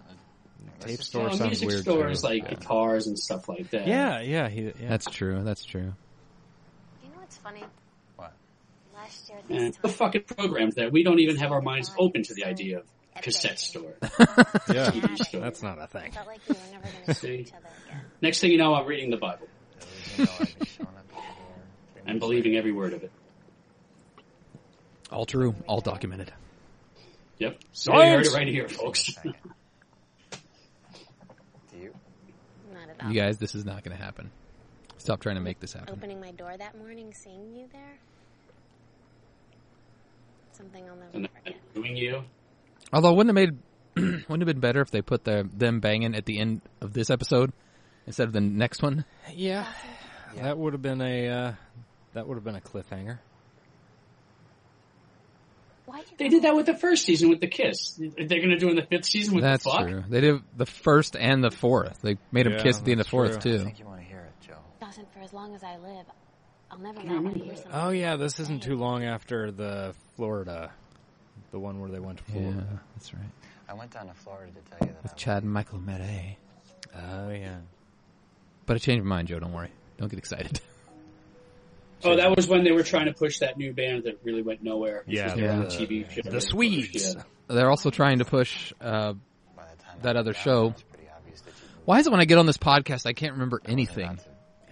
[SPEAKER 5] Tape
[SPEAKER 2] store
[SPEAKER 4] Well,
[SPEAKER 2] sounds
[SPEAKER 4] music
[SPEAKER 2] weird,
[SPEAKER 4] stores
[SPEAKER 2] too.
[SPEAKER 4] like guitars and stuff like that.
[SPEAKER 2] Yeah, yeah, he, yeah.
[SPEAKER 3] That's true. That's true.
[SPEAKER 6] You know what's funny?
[SPEAKER 5] What?
[SPEAKER 6] Last year, this
[SPEAKER 4] And the
[SPEAKER 6] time,
[SPEAKER 4] fucking programs that we don't even have our minds open to the idea of cassette store.
[SPEAKER 2] yeah.
[SPEAKER 4] CD store.
[SPEAKER 2] That's not a thing.
[SPEAKER 6] felt like we were never going to see
[SPEAKER 4] See?
[SPEAKER 6] each other again.
[SPEAKER 4] Next thing you know, I'm reading the Bible
[SPEAKER 5] You know, I'd be showing up at your door.
[SPEAKER 4] and believing every word of it.
[SPEAKER 3] All true. All documented.
[SPEAKER 4] Yep. So you heard
[SPEAKER 2] Science!
[SPEAKER 4] it right here, folks.
[SPEAKER 5] Do you?
[SPEAKER 6] Not at all.
[SPEAKER 3] You guys, this is not going to happen. Stop trying to make this happen.
[SPEAKER 6] Opening my door that morning, seeing you there. Something I'll never
[SPEAKER 4] and
[SPEAKER 6] forget.
[SPEAKER 4] doing you.
[SPEAKER 3] Although, wouldn't have made wouldn't have been better if they put the them banging at the end of this episode instead of the next one.
[SPEAKER 2] Yeah, that would have been a uh, that would have been a cliffhanger.
[SPEAKER 6] Why do you
[SPEAKER 4] They did that with the first season with the kiss. They're going to do in the fifth season with
[SPEAKER 3] That's
[SPEAKER 4] the fuck.
[SPEAKER 3] true. They did the first and the fourth. They made him
[SPEAKER 2] Yeah,
[SPEAKER 3] kiss at the end of
[SPEAKER 2] that's
[SPEAKER 3] fourth
[SPEAKER 2] true.
[SPEAKER 5] I
[SPEAKER 3] too.
[SPEAKER 5] think you want to hear it, Joe.
[SPEAKER 6] Dawson, for as long as I live, I'll never not want to hear something.
[SPEAKER 2] Oh yeah, this isn't too long after the Florida, the one where they went to
[SPEAKER 3] Yeah,
[SPEAKER 2] Florida.
[SPEAKER 3] that's right.
[SPEAKER 5] I went down to Florida to tell you that I
[SPEAKER 3] Chad and Michael Mette.
[SPEAKER 2] Oh yeah.
[SPEAKER 3] But I changed my mind, Joe. Don't worry. Don't get excited.
[SPEAKER 4] Oh, that was when they were trying to push that new band that really went nowhere.
[SPEAKER 2] Yeah,
[SPEAKER 4] They were on
[SPEAKER 3] the-
[SPEAKER 4] the, TV show.
[SPEAKER 2] The Swedes.
[SPEAKER 4] Yeah.
[SPEAKER 3] They're also trying to push. Uh,
[SPEAKER 5] by the time I
[SPEAKER 3] That other
[SPEAKER 5] got
[SPEAKER 3] show.
[SPEAKER 5] there, It's pretty obvious that you knew
[SPEAKER 3] why is it when I get on this podcast I can't remember
[SPEAKER 5] I wasn't
[SPEAKER 3] anything?
[SPEAKER 5] about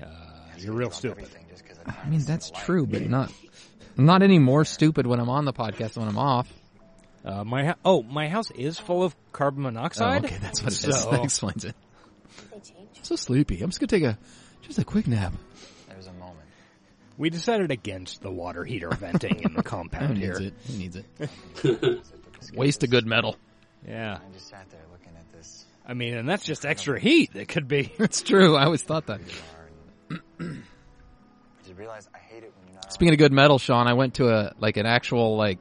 [SPEAKER 5] to ask
[SPEAKER 2] You're
[SPEAKER 5] you
[SPEAKER 2] real
[SPEAKER 5] about
[SPEAKER 2] stupid.
[SPEAKER 5] everything just 'cause
[SPEAKER 3] I mean, that's true, but not not any more stupid when I'm on the podcast than when I'm off.
[SPEAKER 2] Uh, my ho- oh, my house is full of carbon monoxide.
[SPEAKER 3] Oh, okay, that's what it is.
[SPEAKER 2] So-
[SPEAKER 3] That explains it.
[SPEAKER 6] They change.
[SPEAKER 3] I'm so sleepy. I'm just gonna take a just a quick nap.
[SPEAKER 5] There was a moment.
[SPEAKER 2] We decided against the water heater venting in the
[SPEAKER 3] Who
[SPEAKER 2] compound here.
[SPEAKER 3] needs it? Who needs it?
[SPEAKER 5] as it took a skip.
[SPEAKER 3] Waste of good metal.
[SPEAKER 2] Yeah,
[SPEAKER 5] I just sat there looking at this
[SPEAKER 2] I mean, and that's just extra heat that could be.
[SPEAKER 3] That's true. I always thought that.
[SPEAKER 5] bar and I just realized I hate it when you're not.
[SPEAKER 3] Speaking of good metal, Sean, I went to a like an actual like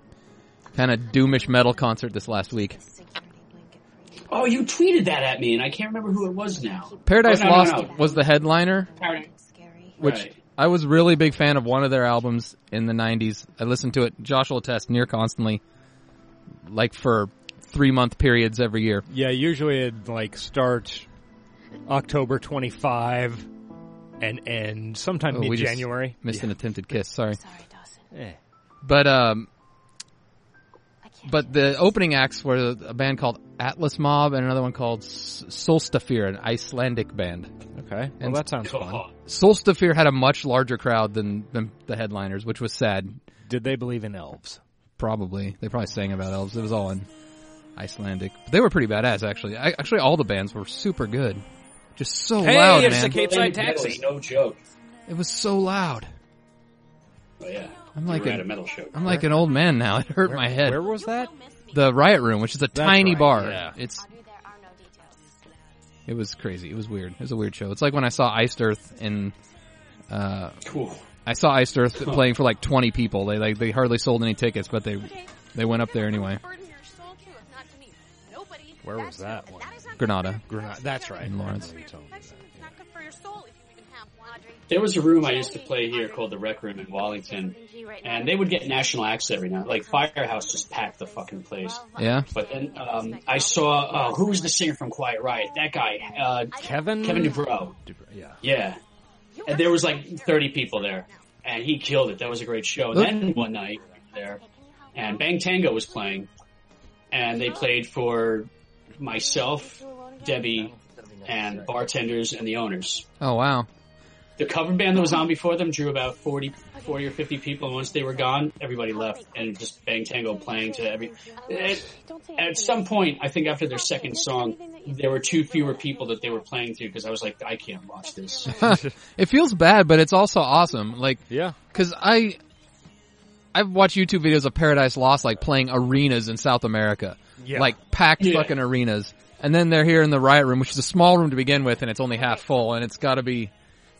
[SPEAKER 3] kind of doomish metal concert this last week.
[SPEAKER 6] A security blanket for you.
[SPEAKER 4] Oh, you tweeted that at me, and I can't remember who it was now.
[SPEAKER 3] Paradise
[SPEAKER 4] Oh, no, no,
[SPEAKER 3] Lost
[SPEAKER 4] no.
[SPEAKER 3] was the headliner,
[SPEAKER 4] Paradise.
[SPEAKER 6] Scary.
[SPEAKER 3] which
[SPEAKER 4] Right.
[SPEAKER 3] I was really big fan of one of their albums in the '90s. I listened to it. Josh will attest near constantly, like for three month periods every year.
[SPEAKER 2] Yeah, usually it'd like start October 25 and end sometime
[SPEAKER 3] Oh, we
[SPEAKER 2] mid
[SPEAKER 3] just
[SPEAKER 2] January.
[SPEAKER 3] Missed an attempted kiss. Sorry,
[SPEAKER 6] Sorry, Dawson.
[SPEAKER 3] but um,
[SPEAKER 6] I can't.
[SPEAKER 3] But the opening acts were a band called Atlas Mob and another one called S- Solstafir, an Icelandic band.
[SPEAKER 2] Okay. Well,
[SPEAKER 3] And-
[SPEAKER 2] that sounds fun.
[SPEAKER 4] Oh,
[SPEAKER 3] Solstafir had a much larger crowd than, than the headliners, which was sad.
[SPEAKER 2] Did they believe in elves?
[SPEAKER 3] Probably they probably sang about elves. It was all in Icelandic. But they were pretty badass, actually. I, actually, all the bands were super good. Just so loud,
[SPEAKER 2] it's
[SPEAKER 3] man.
[SPEAKER 2] the Cape Side Taxi.
[SPEAKER 4] No joke.
[SPEAKER 3] It was so loud.
[SPEAKER 4] Oh, yeah.
[SPEAKER 3] I'm
[SPEAKER 4] You
[SPEAKER 3] like
[SPEAKER 4] were at a
[SPEAKER 3] an,
[SPEAKER 4] metal show.
[SPEAKER 3] I'm like an old man now. It hurt my head.
[SPEAKER 2] Where was that?
[SPEAKER 3] The Riot Room, which is a tiny
[SPEAKER 2] right,
[SPEAKER 3] bar.
[SPEAKER 2] yeah.
[SPEAKER 3] It's
[SPEAKER 6] Audrey, there are no details.
[SPEAKER 3] It was crazy. It was weird. It was a weird show. It's like when I saw Iced Earth in, uh,
[SPEAKER 4] Cool.
[SPEAKER 3] I saw Iced Earth playing for like 20 people. They like, they hardly sold any tickets, but they, they went up there anyway.
[SPEAKER 9] Burden your soul to, if not to me. Nobody.
[SPEAKER 2] Where was
[SPEAKER 9] That's-
[SPEAKER 2] that one?
[SPEAKER 9] is not
[SPEAKER 3] Grenada.
[SPEAKER 9] good for your
[SPEAKER 2] Grenada- that's
[SPEAKER 9] spirit.
[SPEAKER 2] right.
[SPEAKER 3] In Lawrence.
[SPEAKER 9] It's not good for your soul if you even have one.
[SPEAKER 6] Audrey,
[SPEAKER 4] There was a room I used to play here called the Rec Room in Wallington, and they would get national acts every now. Like Firehouse just packed the fucking place.
[SPEAKER 3] Yeah.
[SPEAKER 4] But then um, I saw uh, who was the singer from Quiet Riot? That guy, uh,
[SPEAKER 2] Kevin.
[SPEAKER 4] Kevin Dubrow.
[SPEAKER 2] Dubrow, Yeah.
[SPEAKER 4] Yeah, and there was like 30 people there, and he killed it. That was a great show. And then one night there, and Bang Tango was playing, and they played for myself, Debbie, and bartenders and the owners.
[SPEAKER 3] Oh wow.
[SPEAKER 4] The cover band that was on before them drew about 40, 40 or 50 people, and once they were gone, everybody left, and just Bang Tango playing to every... At, at some point, I think after their second song, there were two fewer people that they were playing to, because I was like, I can't watch this.
[SPEAKER 6] Oh,
[SPEAKER 3] it feels bad, but it's also awesome. Like
[SPEAKER 2] Yeah.
[SPEAKER 3] Cause I, I've watched YouTube videos of Paradise Lost, like playing arenas in South America.
[SPEAKER 2] Yeah.
[SPEAKER 3] Like packed
[SPEAKER 4] Yeah.
[SPEAKER 3] fucking arenas. And then they're here in the riot room, which is a small room to begin with, and it's only half full, and it's gotta be,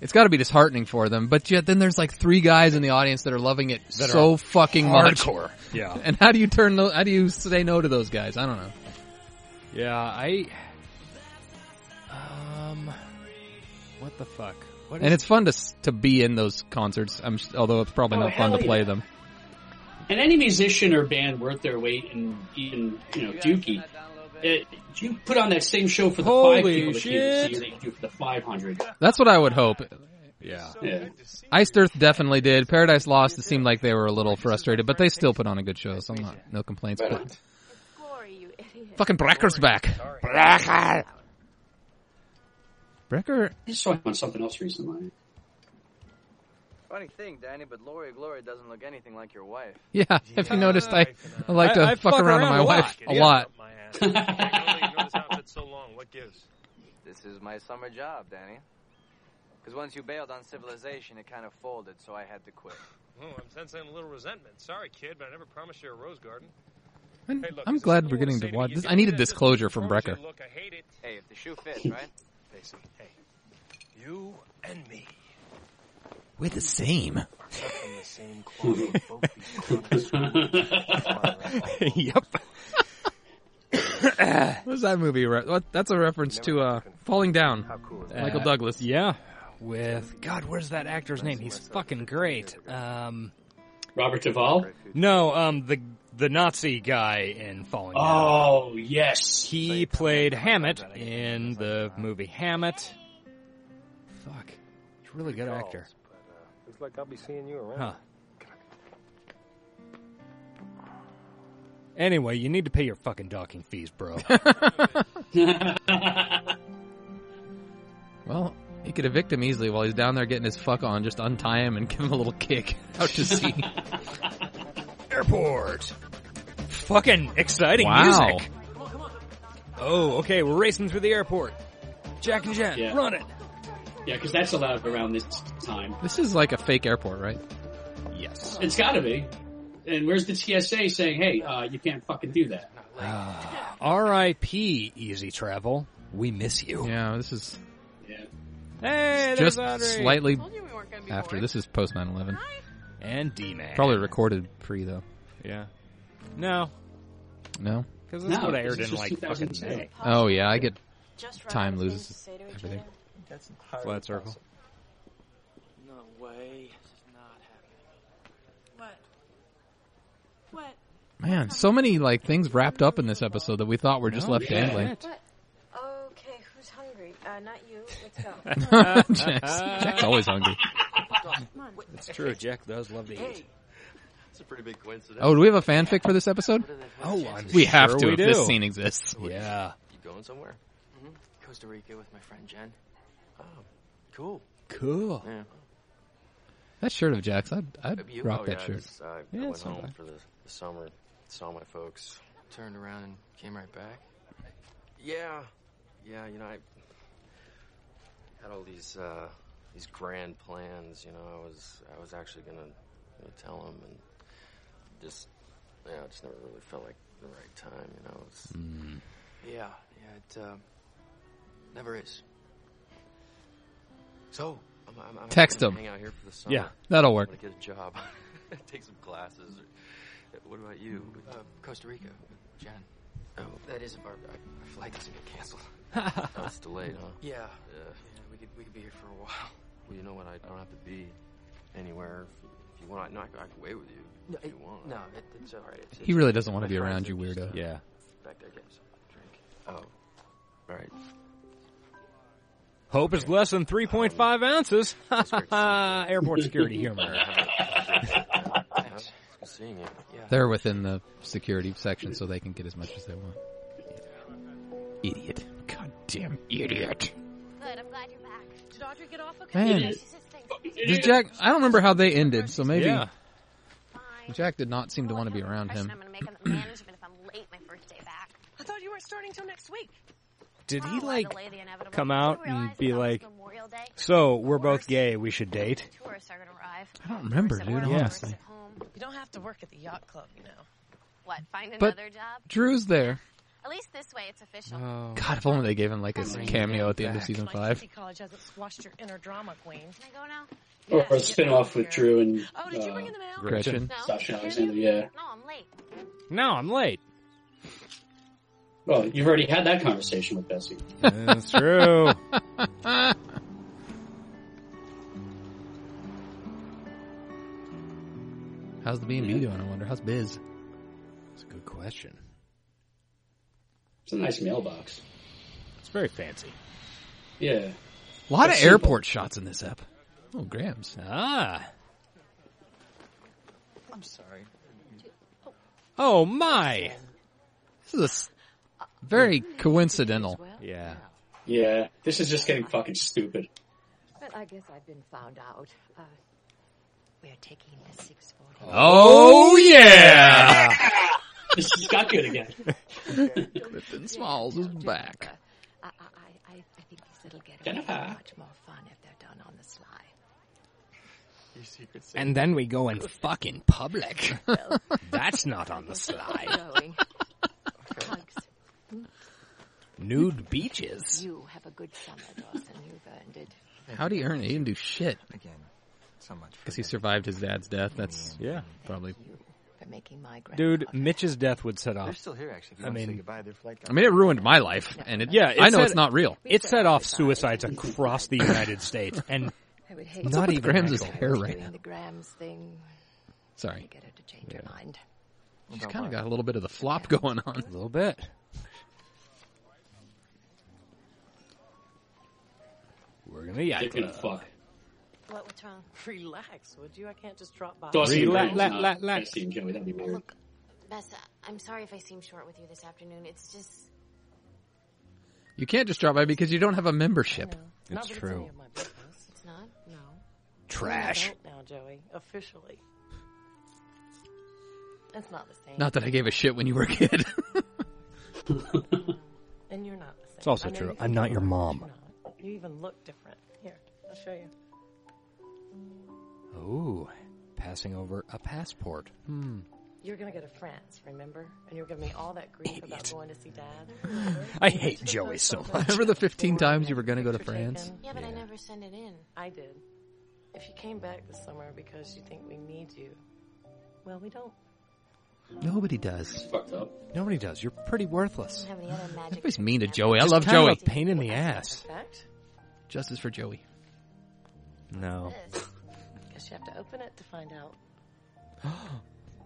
[SPEAKER 3] it's gotta be disheartening for them. But yet then there's like three guys in the audience that are loving it so fucking hardcore.
[SPEAKER 2] Yeah.
[SPEAKER 3] And how do you turn those, how do you say no to those guys? I don't know.
[SPEAKER 2] Yeah, I. Um, what the fuck? What
[SPEAKER 3] And it's fun to, s- to be in those concerts, I'm, s- although it's probably
[SPEAKER 4] Oh,
[SPEAKER 3] not fun
[SPEAKER 4] hell
[SPEAKER 3] to play
[SPEAKER 4] yeah.
[SPEAKER 3] them.
[SPEAKER 4] and any musician or band worth their weight in even, you know, Dookie, it, you put on that same show for the
[SPEAKER 2] Holy
[SPEAKER 4] five people that
[SPEAKER 2] shit.
[SPEAKER 4] came to see you that you do for the 500.
[SPEAKER 3] That's what I would hope.
[SPEAKER 2] yeah,
[SPEAKER 4] Yeah.
[SPEAKER 3] Iced Earth definitely did. Paradise Lost, it seemed like they were a little frustrated, but they still put on a good show, so I'm not, no complaints. But
[SPEAKER 6] Glory, you idiot.
[SPEAKER 3] fucking Brecker's back. Brecker,
[SPEAKER 4] I just saw him on something else recently.
[SPEAKER 8] Funny thing, Danny, but Gloria Gloria doesn't look anything like your wife.
[SPEAKER 3] yeah, have you noticed I, I like to
[SPEAKER 2] I- I
[SPEAKER 3] fuck, around, with my
[SPEAKER 2] a lot.
[SPEAKER 3] wife a lot.
[SPEAKER 10] My ass. I know you've known this outfit so long. What gives?
[SPEAKER 8] This is my summer job, Danny. Because once you bailed on civilization, it kind of folded, so I had to quit.
[SPEAKER 10] Oh, I'm sensing a little resentment. Sorry, kid, but I never promised you a rose garden.
[SPEAKER 3] I'm,
[SPEAKER 10] Hey, look,
[SPEAKER 3] I'm
[SPEAKER 10] is this
[SPEAKER 3] glad
[SPEAKER 10] what
[SPEAKER 3] we're
[SPEAKER 10] you wanna
[SPEAKER 3] getting
[SPEAKER 10] say
[SPEAKER 3] to
[SPEAKER 10] me?
[SPEAKER 3] watch
[SPEAKER 10] You
[SPEAKER 3] this.
[SPEAKER 10] did
[SPEAKER 3] I need a
[SPEAKER 10] this, this
[SPEAKER 3] disclosure from
[SPEAKER 10] confirms you.
[SPEAKER 3] Brecker.
[SPEAKER 10] Look, I hate it.
[SPEAKER 8] Hey, if the shoe fits, right?
[SPEAKER 10] Mason, hey, you and me
[SPEAKER 3] We're the same.
[SPEAKER 10] are cut from the same cloth. Both these clothes
[SPEAKER 2] yep.
[SPEAKER 3] What is that movie? re- What, that's a reference to uh, Falling Down. Michael
[SPEAKER 2] Uh,
[SPEAKER 3] Douglas.
[SPEAKER 2] Yeah, with God, where's that actor's name? He's fucking great. Um,
[SPEAKER 4] Robert Duvall?
[SPEAKER 2] no, um, the the Nazi guy in Falling Down.
[SPEAKER 4] Oh, yes.
[SPEAKER 2] He played Hammett in the movie Hammett. Fuck, he's a really good actor.
[SPEAKER 10] Looks like I'll be seeing you around.
[SPEAKER 2] Huh. Anyway, you need to pay your fucking docking fees, bro.
[SPEAKER 3] Well, he could evict him easily while he's down there getting his fuck on. Just untie him and give him a little kick out to sea.
[SPEAKER 2] Airport. Fucking exciting
[SPEAKER 3] Wow.
[SPEAKER 2] music. Oh, okay, we're racing through the airport. Jack and Jen,
[SPEAKER 4] Yeah.
[SPEAKER 2] run it.
[SPEAKER 4] Yeah, because that's allowed around this time.
[SPEAKER 3] This is like a fake airport, right?
[SPEAKER 2] Yes.
[SPEAKER 4] It's gotta be. And where's the TSA saying, hey, uh, you can't fucking do that?
[SPEAKER 2] Ah, R.I.P. Easy Travel. We miss you.
[SPEAKER 3] Yeah, this is
[SPEAKER 4] Yeah.
[SPEAKER 2] Hey, there's
[SPEAKER 3] just
[SPEAKER 2] Audrey.
[SPEAKER 3] slightly
[SPEAKER 7] Told you we weren't gonna be
[SPEAKER 3] after.
[SPEAKER 7] bored.
[SPEAKER 3] This is post 9/11.
[SPEAKER 2] and D-Man.
[SPEAKER 3] Probably recorded pre though.
[SPEAKER 2] Yeah. No,
[SPEAKER 3] No.
[SPEAKER 2] because this
[SPEAKER 4] No,
[SPEAKER 2] would have
[SPEAKER 4] this
[SPEAKER 2] aired
[SPEAKER 4] is
[SPEAKER 2] in
[SPEAKER 4] just
[SPEAKER 2] like fucking
[SPEAKER 4] 2002.
[SPEAKER 2] May.
[SPEAKER 3] Oh yeah, I get
[SPEAKER 6] Just right
[SPEAKER 3] time
[SPEAKER 6] on
[SPEAKER 3] loses
[SPEAKER 6] things to say to each
[SPEAKER 3] everything.
[SPEAKER 6] other.
[SPEAKER 2] Flat circle.
[SPEAKER 8] No way. This is not happening.
[SPEAKER 9] What? What?
[SPEAKER 3] man so many like things wrapped up in this episode that we thought were just
[SPEAKER 2] Oh,
[SPEAKER 3] left
[SPEAKER 4] yeah.
[SPEAKER 3] dangling.
[SPEAKER 6] What? Okay, who's hungry? Uh, not you. Let's go.
[SPEAKER 3] Jack's, Jack's always hungry.
[SPEAKER 2] It's true. Jack does love to eat.
[SPEAKER 8] It's a pretty big coincidence.
[SPEAKER 3] Oh, do we have a fanfic for this episode?
[SPEAKER 2] Oh, I'm
[SPEAKER 3] We have
[SPEAKER 2] sure
[SPEAKER 3] to
[SPEAKER 2] we
[SPEAKER 3] if
[SPEAKER 2] do.
[SPEAKER 3] this scene exists.
[SPEAKER 2] Yeah.
[SPEAKER 8] You going somewhere? Mm-hmm. Costa Rica with my friend Jen. Oh, cool.
[SPEAKER 2] Cool.
[SPEAKER 8] Yeah.
[SPEAKER 3] That shirt of Jack's, I'd, I'd
[SPEAKER 8] Have you-
[SPEAKER 3] rock
[SPEAKER 8] oh,
[SPEAKER 3] that
[SPEAKER 8] yeah,
[SPEAKER 3] shirt.
[SPEAKER 11] Just, I,
[SPEAKER 3] Yeah,
[SPEAKER 11] I went
[SPEAKER 3] it's not
[SPEAKER 11] home
[SPEAKER 3] bad.
[SPEAKER 11] for the, the summer, saw my folks.
[SPEAKER 8] Turned around and came right back.
[SPEAKER 11] Yeah, yeah, you know, I had all these uh, these grand plans. You know, I was I was actually gonna you know, tell them, and just yeah, I just never really felt like the right time. You know, it's
[SPEAKER 8] Yeah, yeah, it uh, never is.
[SPEAKER 11] so. I'm, I'm, I'm
[SPEAKER 3] Text
[SPEAKER 11] gonna
[SPEAKER 3] him.
[SPEAKER 11] Hang out here for the summer.
[SPEAKER 2] Yeah.
[SPEAKER 3] That'll
[SPEAKER 11] I'm
[SPEAKER 3] work.
[SPEAKER 11] gonna get a job, take some classes. Or, what about you?
[SPEAKER 8] Uh, Costa Rica with Jen.
[SPEAKER 11] Oh,
[SPEAKER 8] That is a bar. uh, Our flight doesn't get canceled.
[SPEAKER 11] oh, it's delayed, huh?
[SPEAKER 8] Yeah.
[SPEAKER 11] Yeah.
[SPEAKER 8] Yeah, we could we could be here for a while.
[SPEAKER 11] Well, you know what? I don't have to be anywhere. If, if you want, no, I, can- I can wait with you if you want.
[SPEAKER 5] No, it, it's all right. It's,
[SPEAKER 3] He really doesn't want to be around you, weirdo.
[SPEAKER 2] Yeah.
[SPEAKER 5] back there getting something to drink.
[SPEAKER 11] Oh, all right.
[SPEAKER 2] Hope is less than 3.5 ounces. Airport security humor.
[SPEAKER 11] Thanks. It's Good seeing you. Yeah.
[SPEAKER 3] They're within the security section, so they can get as much as they want. Idiot. God damn idiot.
[SPEAKER 6] Good, I'm glad you're back. Did Audrey get off
[SPEAKER 3] Man.
[SPEAKER 6] okay? Jesus, thanks.
[SPEAKER 3] Did Jack? I don't remember how they ended, so maybe
[SPEAKER 2] Yeah.
[SPEAKER 3] Jack did not seem to want to be around
[SPEAKER 6] Impression
[SPEAKER 3] him.
[SPEAKER 6] I'm gonna make on the management if I'm late my first day back.
[SPEAKER 7] I thought you weren't starting till next week.
[SPEAKER 2] Did he
[SPEAKER 6] Wow,
[SPEAKER 2] like
[SPEAKER 6] I delay the inevitable.
[SPEAKER 2] come
[SPEAKER 6] Did you
[SPEAKER 2] out
[SPEAKER 6] realize
[SPEAKER 2] and be
[SPEAKER 6] that was
[SPEAKER 2] like,
[SPEAKER 6] Memorial Day?
[SPEAKER 2] so we're both gay, we should date?
[SPEAKER 6] Tourists are gonna arrive.
[SPEAKER 3] I don't remember,
[SPEAKER 6] Tourists
[SPEAKER 3] dude.
[SPEAKER 6] at
[SPEAKER 2] Yeah.
[SPEAKER 6] work, tourists at home.
[SPEAKER 7] You don't have to work at the yacht club, you know.
[SPEAKER 6] What? Find
[SPEAKER 3] But-
[SPEAKER 6] another job?
[SPEAKER 3] Drew's there.
[SPEAKER 6] At least this way it's official.
[SPEAKER 3] Oh, God, if only they gave him like a cameo at the end of season
[SPEAKER 12] My
[SPEAKER 3] five.
[SPEAKER 12] safety college hasn't squashed your inner drama queen.
[SPEAKER 6] Can I go now?
[SPEAKER 4] Or
[SPEAKER 12] Yeah,
[SPEAKER 4] a
[SPEAKER 12] get
[SPEAKER 4] spin-off
[SPEAKER 12] over
[SPEAKER 4] with
[SPEAKER 12] here.
[SPEAKER 4] Drew and
[SPEAKER 12] Oh, did you bring
[SPEAKER 4] uh,
[SPEAKER 12] in the mail?
[SPEAKER 3] Gretchen.
[SPEAKER 6] No.
[SPEAKER 4] Sasha
[SPEAKER 6] Can
[SPEAKER 4] Alexander.
[SPEAKER 6] you?
[SPEAKER 4] Yeah.
[SPEAKER 6] No, I'm late.
[SPEAKER 2] No, I'm late.
[SPEAKER 4] Well, you've already had that conversation with Bessie.
[SPEAKER 2] That's true.
[SPEAKER 3] How's the B and B doing? I wonder. How's Biz?
[SPEAKER 2] That's a good question.
[SPEAKER 4] It's a nice mailbox.
[SPEAKER 2] It's very fancy.
[SPEAKER 4] Yeah.
[SPEAKER 3] A lot of
[SPEAKER 4] That's simple.
[SPEAKER 3] airport shots in this ep. Oh, Grams.
[SPEAKER 2] Ah.
[SPEAKER 5] I'm sorry.
[SPEAKER 2] Oh my.
[SPEAKER 3] This is a s- very coincidental.
[SPEAKER 2] Yeah.
[SPEAKER 4] Yeah. This is just getting fucking stupid.
[SPEAKER 12] But I guess I've been found out. Uh, we are taking a 640.
[SPEAKER 3] Oh yeah.
[SPEAKER 4] This just got good again.
[SPEAKER 3] Griffin Smalls is back.
[SPEAKER 12] I, I, I, I think these little getaways
[SPEAKER 4] Jennifer.
[SPEAKER 12] are much more fun if they're done on the sly.
[SPEAKER 5] Your secret's safe.
[SPEAKER 2] And then we go and fuck in public. That's not on the slide.
[SPEAKER 12] Going. Hugs.
[SPEAKER 2] Nude beaches.
[SPEAKER 12] You have a good summer, Dawson. You've earned it.
[SPEAKER 3] How'd he earn it? He didn't do shit
[SPEAKER 5] Again, so much for
[SPEAKER 3] because he
[SPEAKER 5] that.
[SPEAKER 3] survived his dad's death. That's
[SPEAKER 2] Yeah.
[SPEAKER 3] probably.
[SPEAKER 12] You for making my grandma
[SPEAKER 2] Dude,
[SPEAKER 12] proud.
[SPEAKER 2] Mitch's death would set
[SPEAKER 5] They're
[SPEAKER 2] off.
[SPEAKER 5] still here, actually. If you
[SPEAKER 2] I
[SPEAKER 5] want to
[SPEAKER 2] mean-
[SPEAKER 5] say goodbye, uh, their flight got
[SPEAKER 3] I mean, it ruined my life, and it,
[SPEAKER 2] Yeah, it
[SPEAKER 3] I know
[SPEAKER 2] said-
[SPEAKER 3] it's not real.
[SPEAKER 2] It set off suicides across the United States and
[SPEAKER 12] I would hate
[SPEAKER 3] What's
[SPEAKER 12] to
[SPEAKER 3] up
[SPEAKER 2] not
[SPEAKER 3] with
[SPEAKER 2] even
[SPEAKER 3] Grams'
[SPEAKER 2] actual.
[SPEAKER 3] hair right
[SPEAKER 12] doing
[SPEAKER 3] now?
[SPEAKER 12] the Grams thing.
[SPEAKER 3] Sorry,
[SPEAKER 12] Get her to change her mind.
[SPEAKER 3] she's kind of got a little bit of the flop going on.
[SPEAKER 2] a little bit. We're gonna uh,
[SPEAKER 4] They're
[SPEAKER 2] yacht
[SPEAKER 4] gonna
[SPEAKER 2] club.
[SPEAKER 4] fuck.
[SPEAKER 6] What? What's wrong?
[SPEAKER 12] Uh. Relax, would you? I can't just drop by.
[SPEAKER 4] Dawson
[SPEAKER 2] Relax,
[SPEAKER 4] Graham,
[SPEAKER 2] relax,
[SPEAKER 4] not
[SPEAKER 2] relax.
[SPEAKER 4] Bessie and Joey. That'd be weird.
[SPEAKER 6] Look, Bess, I'm sorry if I seem short with you this afternoon. It's just
[SPEAKER 3] You can't just drop by because you don't have a membership.
[SPEAKER 12] Not
[SPEAKER 2] It's
[SPEAKER 12] that
[SPEAKER 2] true.
[SPEAKER 12] It's any of my business.
[SPEAKER 6] it's not.
[SPEAKER 12] No.
[SPEAKER 2] Trash.
[SPEAKER 12] You're an adult now, Joey. Officially. That's not the same.
[SPEAKER 3] Not that I gave a shit when you were a kid.
[SPEAKER 12] And you're not the same.
[SPEAKER 2] It's also
[SPEAKER 12] I know
[SPEAKER 2] true.
[SPEAKER 12] you
[SPEAKER 2] I'm not your
[SPEAKER 12] are, but
[SPEAKER 2] mom.
[SPEAKER 12] you're not. You even look different. Here, I'll show you.
[SPEAKER 2] Ooh, passing over a passport. Hmm.
[SPEAKER 12] You're gonna go to France, remember? And you're giving me all that grief about going to see Dad.
[SPEAKER 2] I hate Joey so much.
[SPEAKER 3] Remember the 15 times you were going to go to
[SPEAKER 12] Picture
[SPEAKER 3] France?
[SPEAKER 12] taken?
[SPEAKER 6] Yeah, but I never send it in.
[SPEAKER 12] I did. If you came back this summer because you think we need you, well, we don't.
[SPEAKER 3] Nobody does.
[SPEAKER 4] Fucked up.
[SPEAKER 2] Nobody does. You're pretty worthless.
[SPEAKER 6] Don't have any other magic.
[SPEAKER 3] Everybody's
[SPEAKER 6] tricks
[SPEAKER 3] mean to
[SPEAKER 6] happening.
[SPEAKER 3] Joey. I
[SPEAKER 2] Just
[SPEAKER 3] love
[SPEAKER 2] kind
[SPEAKER 3] Joey.
[SPEAKER 2] Of a pain in the
[SPEAKER 12] In
[SPEAKER 2] ass.
[SPEAKER 12] fact,
[SPEAKER 3] Justice for Joey.
[SPEAKER 2] No.
[SPEAKER 6] This.
[SPEAKER 12] guess you have to open it to find out.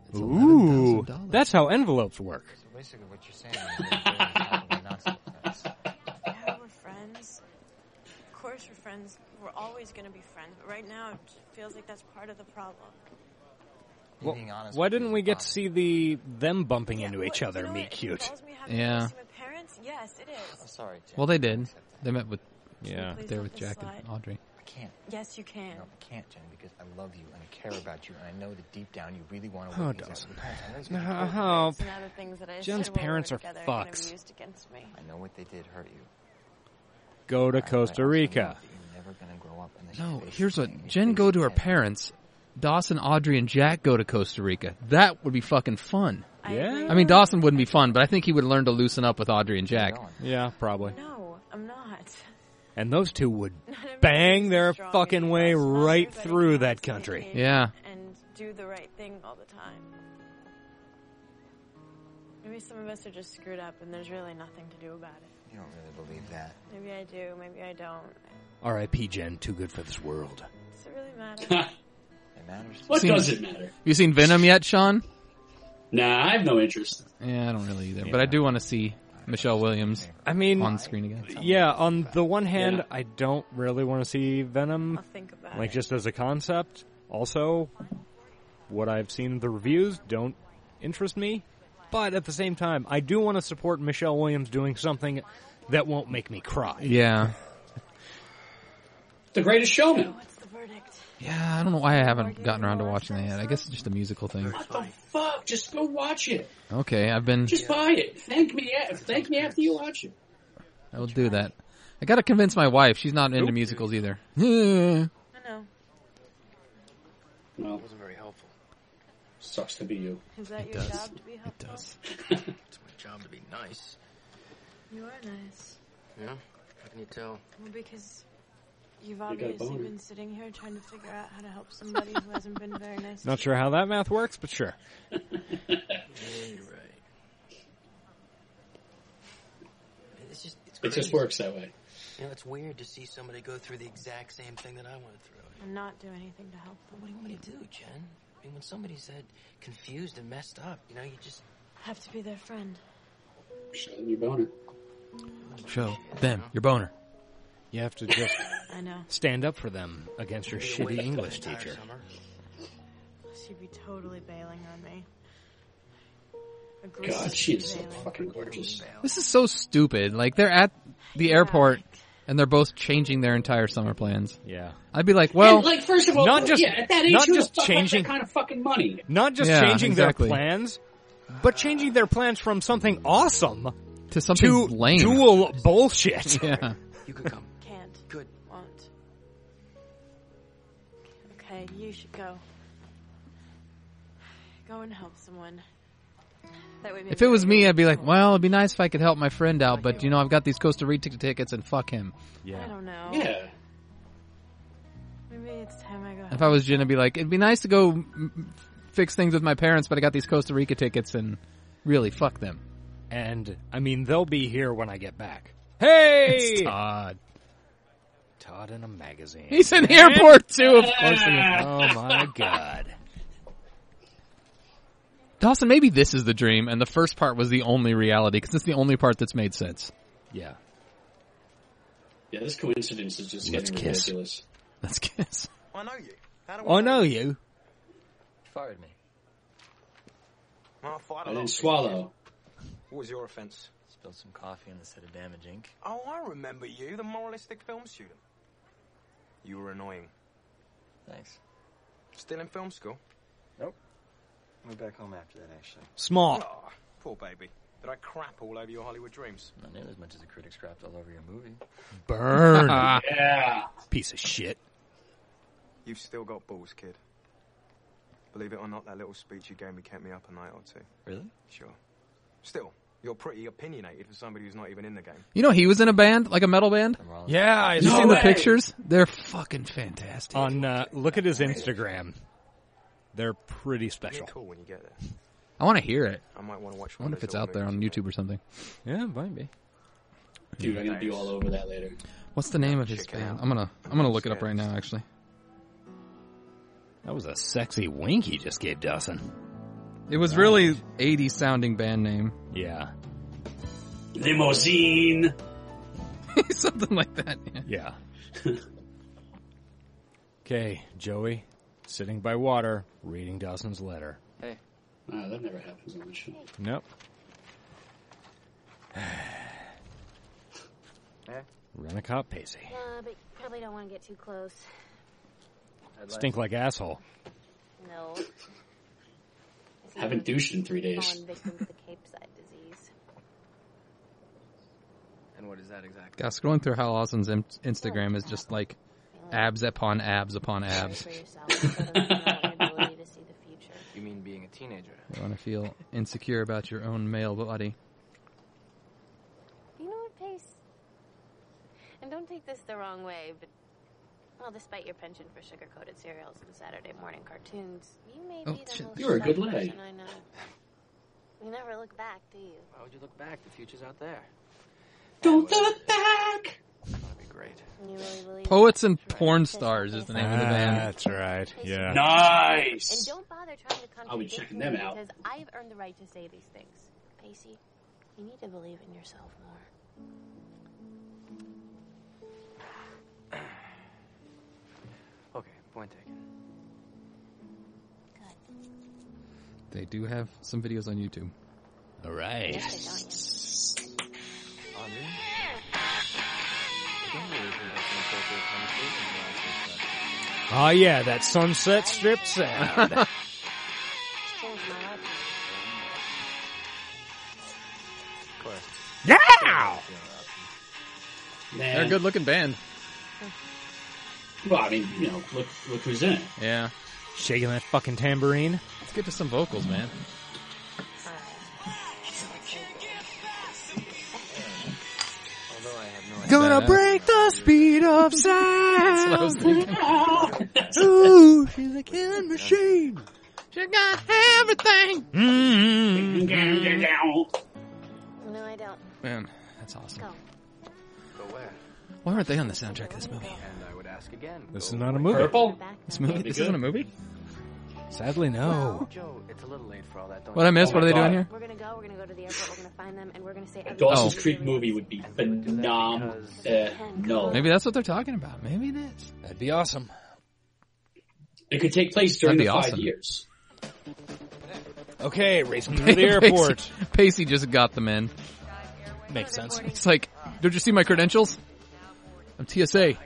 [SPEAKER 3] It's
[SPEAKER 2] Ooh,
[SPEAKER 3] $11,000.
[SPEAKER 2] that's how envelopes work.
[SPEAKER 5] So basically, what you're saying is that you're not so nice.
[SPEAKER 9] Yeah, we're friends. Of course we're friends. We're always going to be friends. But right now, it feels like that's part of the problem.
[SPEAKER 5] You Um, being honest
[SPEAKER 2] Why
[SPEAKER 5] with me
[SPEAKER 2] didn't
[SPEAKER 5] is
[SPEAKER 2] we get to
[SPEAKER 5] honest.
[SPEAKER 2] see the them bumping into
[SPEAKER 9] Yeah,
[SPEAKER 2] each
[SPEAKER 9] what-
[SPEAKER 2] other?
[SPEAKER 9] you know
[SPEAKER 2] me
[SPEAKER 9] what? It
[SPEAKER 2] cute.
[SPEAKER 9] involves me having
[SPEAKER 3] Yeah.
[SPEAKER 9] intimacy with parents? Yes, it
[SPEAKER 5] I'm
[SPEAKER 9] is.
[SPEAKER 5] sorry, Jack.
[SPEAKER 3] Well, they did.
[SPEAKER 5] Accept that.
[SPEAKER 3] They met with
[SPEAKER 2] Yeah.
[SPEAKER 9] Please
[SPEAKER 3] there
[SPEAKER 9] let
[SPEAKER 3] with
[SPEAKER 9] this
[SPEAKER 3] Jack
[SPEAKER 9] slide.
[SPEAKER 3] and Audrey.
[SPEAKER 5] I can't.
[SPEAKER 9] Yes, you can.
[SPEAKER 5] No, I can't, Jenny, because I love you and I care about you, and I know that deep down you really want to
[SPEAKER 2] Oh,
[SPEAKER 5] work things out
[SPEAKER 2] Dawson.
[SPEAKER 5] with your parents. I know it's gonna hurt you.
[SPEAKER 2] No.
[SPEAKER 9] So now the things that I
[SPEAKER 2] Jen's
[SPEAKER 9] said while we were
[SPEAKER 2] parents are
[SPEAKER 9] together gonna be
[SPEAKER 2] fucks.
[SPEAKER 9] used against me.
[SPEAKER 5] I know what they did hurt you.
[SPEAKER 2] Go to
[SPEAKER 5] I- I also
[SPEAKER 2] Costa
[SPEAKER 5] know
[SPEAKER 2] Rica.
[SPEAKER 5] that You're never gonna grow up and that you
[SPEAKER 3] No,
[SPEAKER 5] face
[SPEAKER 3] here's
[SPEAKER 5] pain, you
[SPEAKER 3] what Jen
[SPEAKER 5] face
[SPEAKER 3] go to her
[SPEAKER 5] pain.
[SPEAKER 3] parents. Dawson, Audrey, and Jack go to Costa Rica. That would be fucking fun.
[SPEAKER 9] I
[SPEAKER 2] Yeah.
[SPEAKER 9] agree.
[SPEAKER 3] I mean, Dawson wouldn't be fun, but I think he would learn to loosen up with Audrey and Jack.
[SPEAKER 5] Going.
[SPEAKER 2] Yeah, probably.
[SPEAKER 9] No, I'm not.
[SPEAKER 2] And those two would
[SPEAKER 9] None of us
[SPEAKER 2] bang
[SPEAKER 9] is
[SPEAKER 2] their
[SPEAKER 9] strong
[SPEAKER 2] fucking
[SPEAKER 9] enough
[SPEAKER 2] way
[SPEAKER 9] to not
[SPEAKER 2] right
[SPEAKER 9] lose any
[SPEAKER 2] through that
[SPEAKER 9] confidence in
[SPEAKER 2] country.
[SPEAKER 9] it
[SPEAKER 3] Yeah.
[SPEAKER 9] And do the right thing all the time. Maybe some of us are just screwed up and there's really nothing to do about it.
[SPEAKER 5] You don't really believe that.
[SPEAKER 9] Maybe I do, maybe I don't.
[SPEAKER 2] R.I.P. Jen, too good for this world.
[SPEAKER 9] Does it really matter?
[SPEAKER 5] It matters.
[SPEAKER 4] What
[SPEAKER 3] Seen-
[SPEAKER 4] does it matter?
[SPEAKER 3] You seen Venom yet, Sean?
[SPEAKER 4] Nah, I have no interest.
[SPEAKER 3] Yeah, I don't really either, but I do want to see Michelle Williams.
[SPEAKER 2] I mean,
[SPEAKER 3] on screen again.
[SPEAKER 2] Yeah, on the one hand,
[SPEAKER 3] Yeah.
[SPEAKER 2] I don't really want to see Venom.
[SPEAKER 9] think about
[SPEAKER 2] like
[SPEAKER 9] it.
[SPEAKER 2] just as a concept. Also, what I've seen the reviews don't interest me. But at the same time, I do want to support Michelle Williams doing something that won't make me cry.
[SPEAKER 3] Yeah,
[SPEAKER 4] The Greatest Showman.
[SPEAKER 3] yeah. I don't know why I haven't gotten around to watching that yet. I guess it's just a musical thing.
[SPEAKER 4] Fuck, just go watch it.
[SPEAKER 3] Okay, I've been.
[SPEAKER 4] Just buy it. Thank me. a- Thank me after you watch it.
[SPEAKER 3] I will do that. I gotta convince my wife. She's not into musicals either.
[SPEAKER 9] I know.
[SPEAKER 4] No, it wasn't very helpful. Sucks to be you.
[SPEAKER 9] Is that
[SPEAKER 4] It
[SPEAKER 9] your
[SPEAKER 4] does.
[SPEAKER 9] job to be helpful? It does.
[SPEAKER 11] It's my job to be nice.
[SPEAKER 9] You are nice.
[SPEAKER 11] Yeah? How can you tell?
[SPEAKER 9] Well, because you've
[SPEAKER 4] got a
[SPEAKER 9] obviously
[SPEAKER 4] boner.
[SPEAKER 9] been sitting here trying to figure out how to help somebody who hasn't been very nice.
[SPEAKER 2] Not sure how that math works, but sure.
[SPEAKER 5] It's just, it's
[SPEAKER 4] It just
[SPEAKER 5] crazy.
[SPEAKER 4] works that way.
[SPEAKER 5] You know, it's weird to see somebody go through the exact same thing that I went through.
[SPEAKER 9] And not do anything to help them.
[SPEAKER 5] What do you want me to do, Jen? I mean, when somebody's that confused and messed up, you know, you just
[SPEAKER 9] Have to be their friend.
[SPEAKER 4] Showing your boner.
[SPEAKER 2] Show
[SPEAKER 3] them your boner.
[SPEAKER 2] You have to just
[SPEAKER 9] I know.
[SPEAKER 2] stand up for them against your shitty English teacher.
[SPEAKER 9] She'd be totally bailing on me.
[SPEAKER 4] God, she is so fucking gorgeous.
[SPEAKER 3] This is so stupid. Like they're at the airport and they're both changing their entire summer plans.
[SPEAKER 2] Yeah.
[SPEAKER 3] I'd be like, well,
[SPEAKER 4] And, like first of all,
[SPEAKER 2] not just-
[SPEAKER 4] yeah, at that age,
[SPEAKER 2] not
[SPEAKER 4] who the
[SPEAKER 2] just
[SPEAKER 4] fuck has
[SPEAKER 2] changing-
[SPEAKER 4] that kind of fucking money.
[SPEAKER 2] Not just
[SPEAKER 3] Yeah,
[SPEAKER 2] changing
[SPEAKER 3] exactly.
[SPEAKER 2] their plans, but changing their plans from something awesome
[SPEAKER 3] to something
[SPEAKER 2] to
[SPEAKER 3] lame.
[SPEAKER 2] dual bullshit.
[SPEAKER 3] Yeah.
[SPEAKER 5] you could come.
[SPEAKER 9] Can't.
[SPEAKER 5] Good.
[SPEAKER 9] Won't. Okay, you should go. Go and help someone. That way maybe
[SPEAKER 3] If it was
[SPEAKER 9] I-
[SPEAKER 3] me, I'd be like, well, it'd be nice if I could help my friend out, but you know, I've got these Costa Rica tickets and fuck him.
[SPEAKER 9] I don't know.
[SPEAKER 4] Yeah.
[SPEAKER 9] Maybe it's time I go.
[SPEAKER 3] If I was Jen, I'd be like, it'd be nice to go mm, fix things with my parents, but I got these Costa Rica tickets and really fuck them.
[SPEAKER 2] And I mean, they'll be here when I get back. Hey,
[SPEAKER 3] It's Todd.
[SPEAKER 2] Todd in a magazine.
[SPEAKER 3] He's in the airport too, of course. He is.
[SPEAKER 2] Oh my god.
[SPEAKER 3] Dawson, maybe this is the dream, and the first part was the only reality because it's the only part that's made sense.
[SPEAKER 2] Yeah.
[SPEAKER 4] Yeah, this coincidence is just
[SPEAKER 2] Let's
[SPEAKER 4] getting
[SPEAKER 2] kiss.
[SPEAKER 4] ridiculous.
[SPEAKER 3] Let's guess.
[SPEAKER 5] I know you. How do
[SPEAKER 2] I know Oh, you.
[SPEAKER 5] You fired me.
[SPEAKER 13] Well, I fought
[SPEAKER 4] I
[SPEAKER 13] a
[SPEAKER 4] didn't
[SPEAKER 13] lot.
[SPEAKER 4] swallow.
[SPEAKER 13] What was your offense?
[SPEAKER 5] Spilled some coffee on the set of Damage Inc.
[SPEAKER 13] Oh, I remember you, the moralistic film student. You were annoying.
[SPEAKER 5] Thanks.
[SPEAKER 13] Still in film school?
[SPEAKER 5] Went back home after that, actually.
[SPEAKER 2] Small.
[SPEAKER 13] Aw, poor baby. Did I crap all over your Hollywood dreams?
[SPEAKER 5] Not nearly as much as the critics crapped all over your movie.
[SPEAKER 2] Burn.
[SPEAKER 4] Yeah.
[SPEAKER 2] Piece of shit.
[SPEAKER 13] You've still got balls, kid. Believe it or not, that little speech you gave me kept me up a night or two.
[SPEAKER 5] Really?
[SPEAKER 13] Sure. Still, you're pretty opinionated for somebody who's not even in the game.
[SPEAKER 3] You know, he was in a band, like a metal band.
[SPEAKER 2] Yeah, I
[SPEAKER 3] You
[SPEAKER 2] saw
[SPEAKER 3] seen the
[SPEAKER 2] that.
[SPEAKER 3] pictures? They're fucking fantastic.
[SPEAKER 2] On uh, look at his Instagram. They're pretty
[SPEAKER 13] You're
[SPEAKER 2] special.
[SPEAKER 13] cool when you get there.
[SPEAKER 3] I want to hear it.
[SPEAKER 13] I might want to watch
[SPEAKER 3] I
[SPEAKER 13] one
[SPEAKER 3] wonder
[SPEAKER 13] of
[SPEAKER 3] if it's
[SPEAKER 13] those old
[SPEAKER 3] out there on YouTube or something.
[SPEAKER 2] Yeah, might be.
[SPEAKER 4] Dude, I'm gonna be all over that later.
[SPEAKER 3] What's the name of his band? I'm gonna I'm gonna look it up right now. Actually,
[SPEAKER 2] That was a sexy wink he just gave Dawson.
[SPEAKER 3] it was really 80s sounding band name,
[SPEAKER 2] Yeah.
[SPEAKER 4] Limousine.
[SPEAKER 3] something like that. Yeah.
[SPEAKER 2] Yeah. Okay, Joey, sitting by water, reading Dawson's letter.
[SPEAKER 4] No, that never happens on the show.
[SPEAKER 2] Nope.
[SPEAKER 5] Eh?
[SPEAKER 2] Run a cop, Pacey.
[SPEAKER 6] Nah, but you probably don't want to get too close.
[SPEAKER 5] I'd
[SPEAKER 2] Stink like asshole.
[SPEAKER 6] No.
[SPEAKER 4] Haven't douched in three days.
[SPEAKER 6] Fallen victim to the Cape Side disease.
[SPEAKER 5] And what is that exactly?
[SPEAKER 3] God, scrolling through Hal Lawson's in- Instagram is just like abs upon abs upon abs.
[SPEAKER 6] For yourself, instead of your ability to see the future.
[SPEAKER 5] You mean being a teenager?
[SPEAKER 3] You want to feel insecure about your own male body?
[SPEAKER 6] You know what, Pace? And don't take this the wrong way, but well, despite your penchant for sugar-coated cereals and Saturday morning cartoons, you may
[SPEAKER 3] Oh,
[SPEAKER 6] be the
[SPEAKER 3] shit.
[SPEAKER 6] most
[SPEAKER 4] You're a good
[SPEAKER 6] stuck
[SPEAKER 4] lad.
[SPEAKER 6] person I know. You never look back, do you?
[SPEAKER 5] Why would you look back? The future's out there.
[SPEAKER 4] Don't look back.
[SPEAKER 3] Poets and porn stars is the name of the band.
[SPEAKER 4] Ah.
[SPEAKER 2] That's right. Yeah.
[SPEAKER 6] And don't bother trying to contradict
[SPEAKER 4] I'll be checking them
[SPEAKER 6] me
[SPEAKER 4] out.
[SPEAKER 6] because I've earned the right to say these things. Pacey, you need to believe in yourself more.
[SPEAKER 5] Okay, point taken.
[SPEAKER 3] They do have some videos on YouTube.
[SPEAKER 2] All right.
[SPEAKER 5] Audrey? Again, there is an inappropriate conversation going on since then.
[SPEAKER 2] Oh yeah, that sunset strip sound.
[SPEAKER 5] Of course.
[SPEAKER 2] yeah.
[SPEAKER 4] Man.
[SPEAKER 3] They're a good looking band.
[SPEAKER 4] Well, I mean, you know, look look who's in it.
[SPEAKER 3] Yeah.
[SPEAKER 2] Shaking that fucking tambourine.
[SPEAKER 3] Let's get to some vocals, man.
[SPEAKER 5] Although I have no idea.
[SPEAKER 2] Gonna
[SPEAKER 3] Badass.
[SPEAKER 2] break the speed of
[SPEAKER 3] what I was
[SPEAKER 2] sound.
[SPEAKER 3] thinking.
[SPEAKER 2] Ooh, she's a killing machine.
[SPEAKER 3] She got everything.
[SPEAKER 2] Mm-hmm.
[SPEAKER 6] No, I don't.
[SPEAKER 3] Man, that's awesome.
[SPEAKER 6] Go.
[SPEAKER 5] Go where?
[SPEAKER 3] Why aren't they on the soundtrack of this movie?
[SPEAKER 5] And I would ask again.
[SPEAKER 2] This
[SPEAKER 5] go
[SPEAKER 2] is not a
[SPEAKER 5] where?
[SPEAKER 2] movie.
[SPEAKER 4] Purple.
[SPEAKER 3] This movie?
[SPEAKER 4] That'd be
[SPEAKER 3] This isn't
[SPEAKER 4] good.
[SPEAKER 3] a movie?
[SPEAKER 2] Sadly, no.
[SPEAKER 5] Joe, it's a little late for all that. Don't
[SPEAKER 3] What I
[SPEAKER 5] you
[SPEAKER 3] missed?
[SPEAKER 4] Oh
[SPEAKER 3] what
[SPEAKER 4] my
[SPEAKER 3] are they
[SPEAKER 4] God.
[SPEAKER 3] doing here?
[SPEAKER 6] We're gonna go. We're gonna go to the airport. We're gonna find them, and we're gonna say.
[SPEAKER 4] A
[SPEAKER 6] everything
[SPEAKER 4] Dawson's
[SPEAKER 3] Oh.
[SPEAKER 6] we
[SPEAKER 4] Creek
[SPEAKER 6] really
[SPEAKER 4] movie would be phenomenal.
[SPEAKER 3] Maybe that's what they're talking about. Maybe it is.
[SPEAKER 2] That'd be awesome.
[SPEAKER 4] It could take place during
[SPEAKER 3] That'd
[SPEAKER 4] the
[SPEAKER 3] be
[SPEAKER 4] five
[SPEAKER 3] awesome.
[SPEAKER 4] years.
[SPEAKER 2] Okay, racing through the airport.
[SPEAKER 3] Pacey, Pacey just got them in.
[SPEAKER 2] Makes sense.
[SPEAKER 3] It's like, don't you see my credentials? I'm TSA.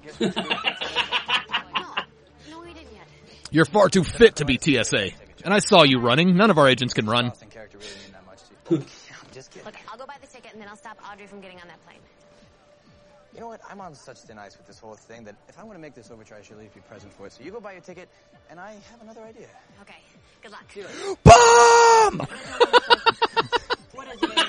[SPEAKER 6] No, we didn't yet.
[SPEAKER 3] You're far too fit to be TSA. And I saw you running. None of our agents can run.
[SPEAKER 5] Austin character really mean that much to you. I'm just kidding.
[SPEAKER 6] Look, I'll go buy the ticket, and then I'll stop Audrey from getting on that plane.
[SPEAKER 5] You know what? I'm on such thin ice with this whole thing that if I want to make this overture, I should at least be present for it. So you go buy your ticket, and I have another idea.
[SPEAKER 6] Okay. Good luck.
[SPEAKER 2] Bomb!
[SPEAKER 9] What is it? It's a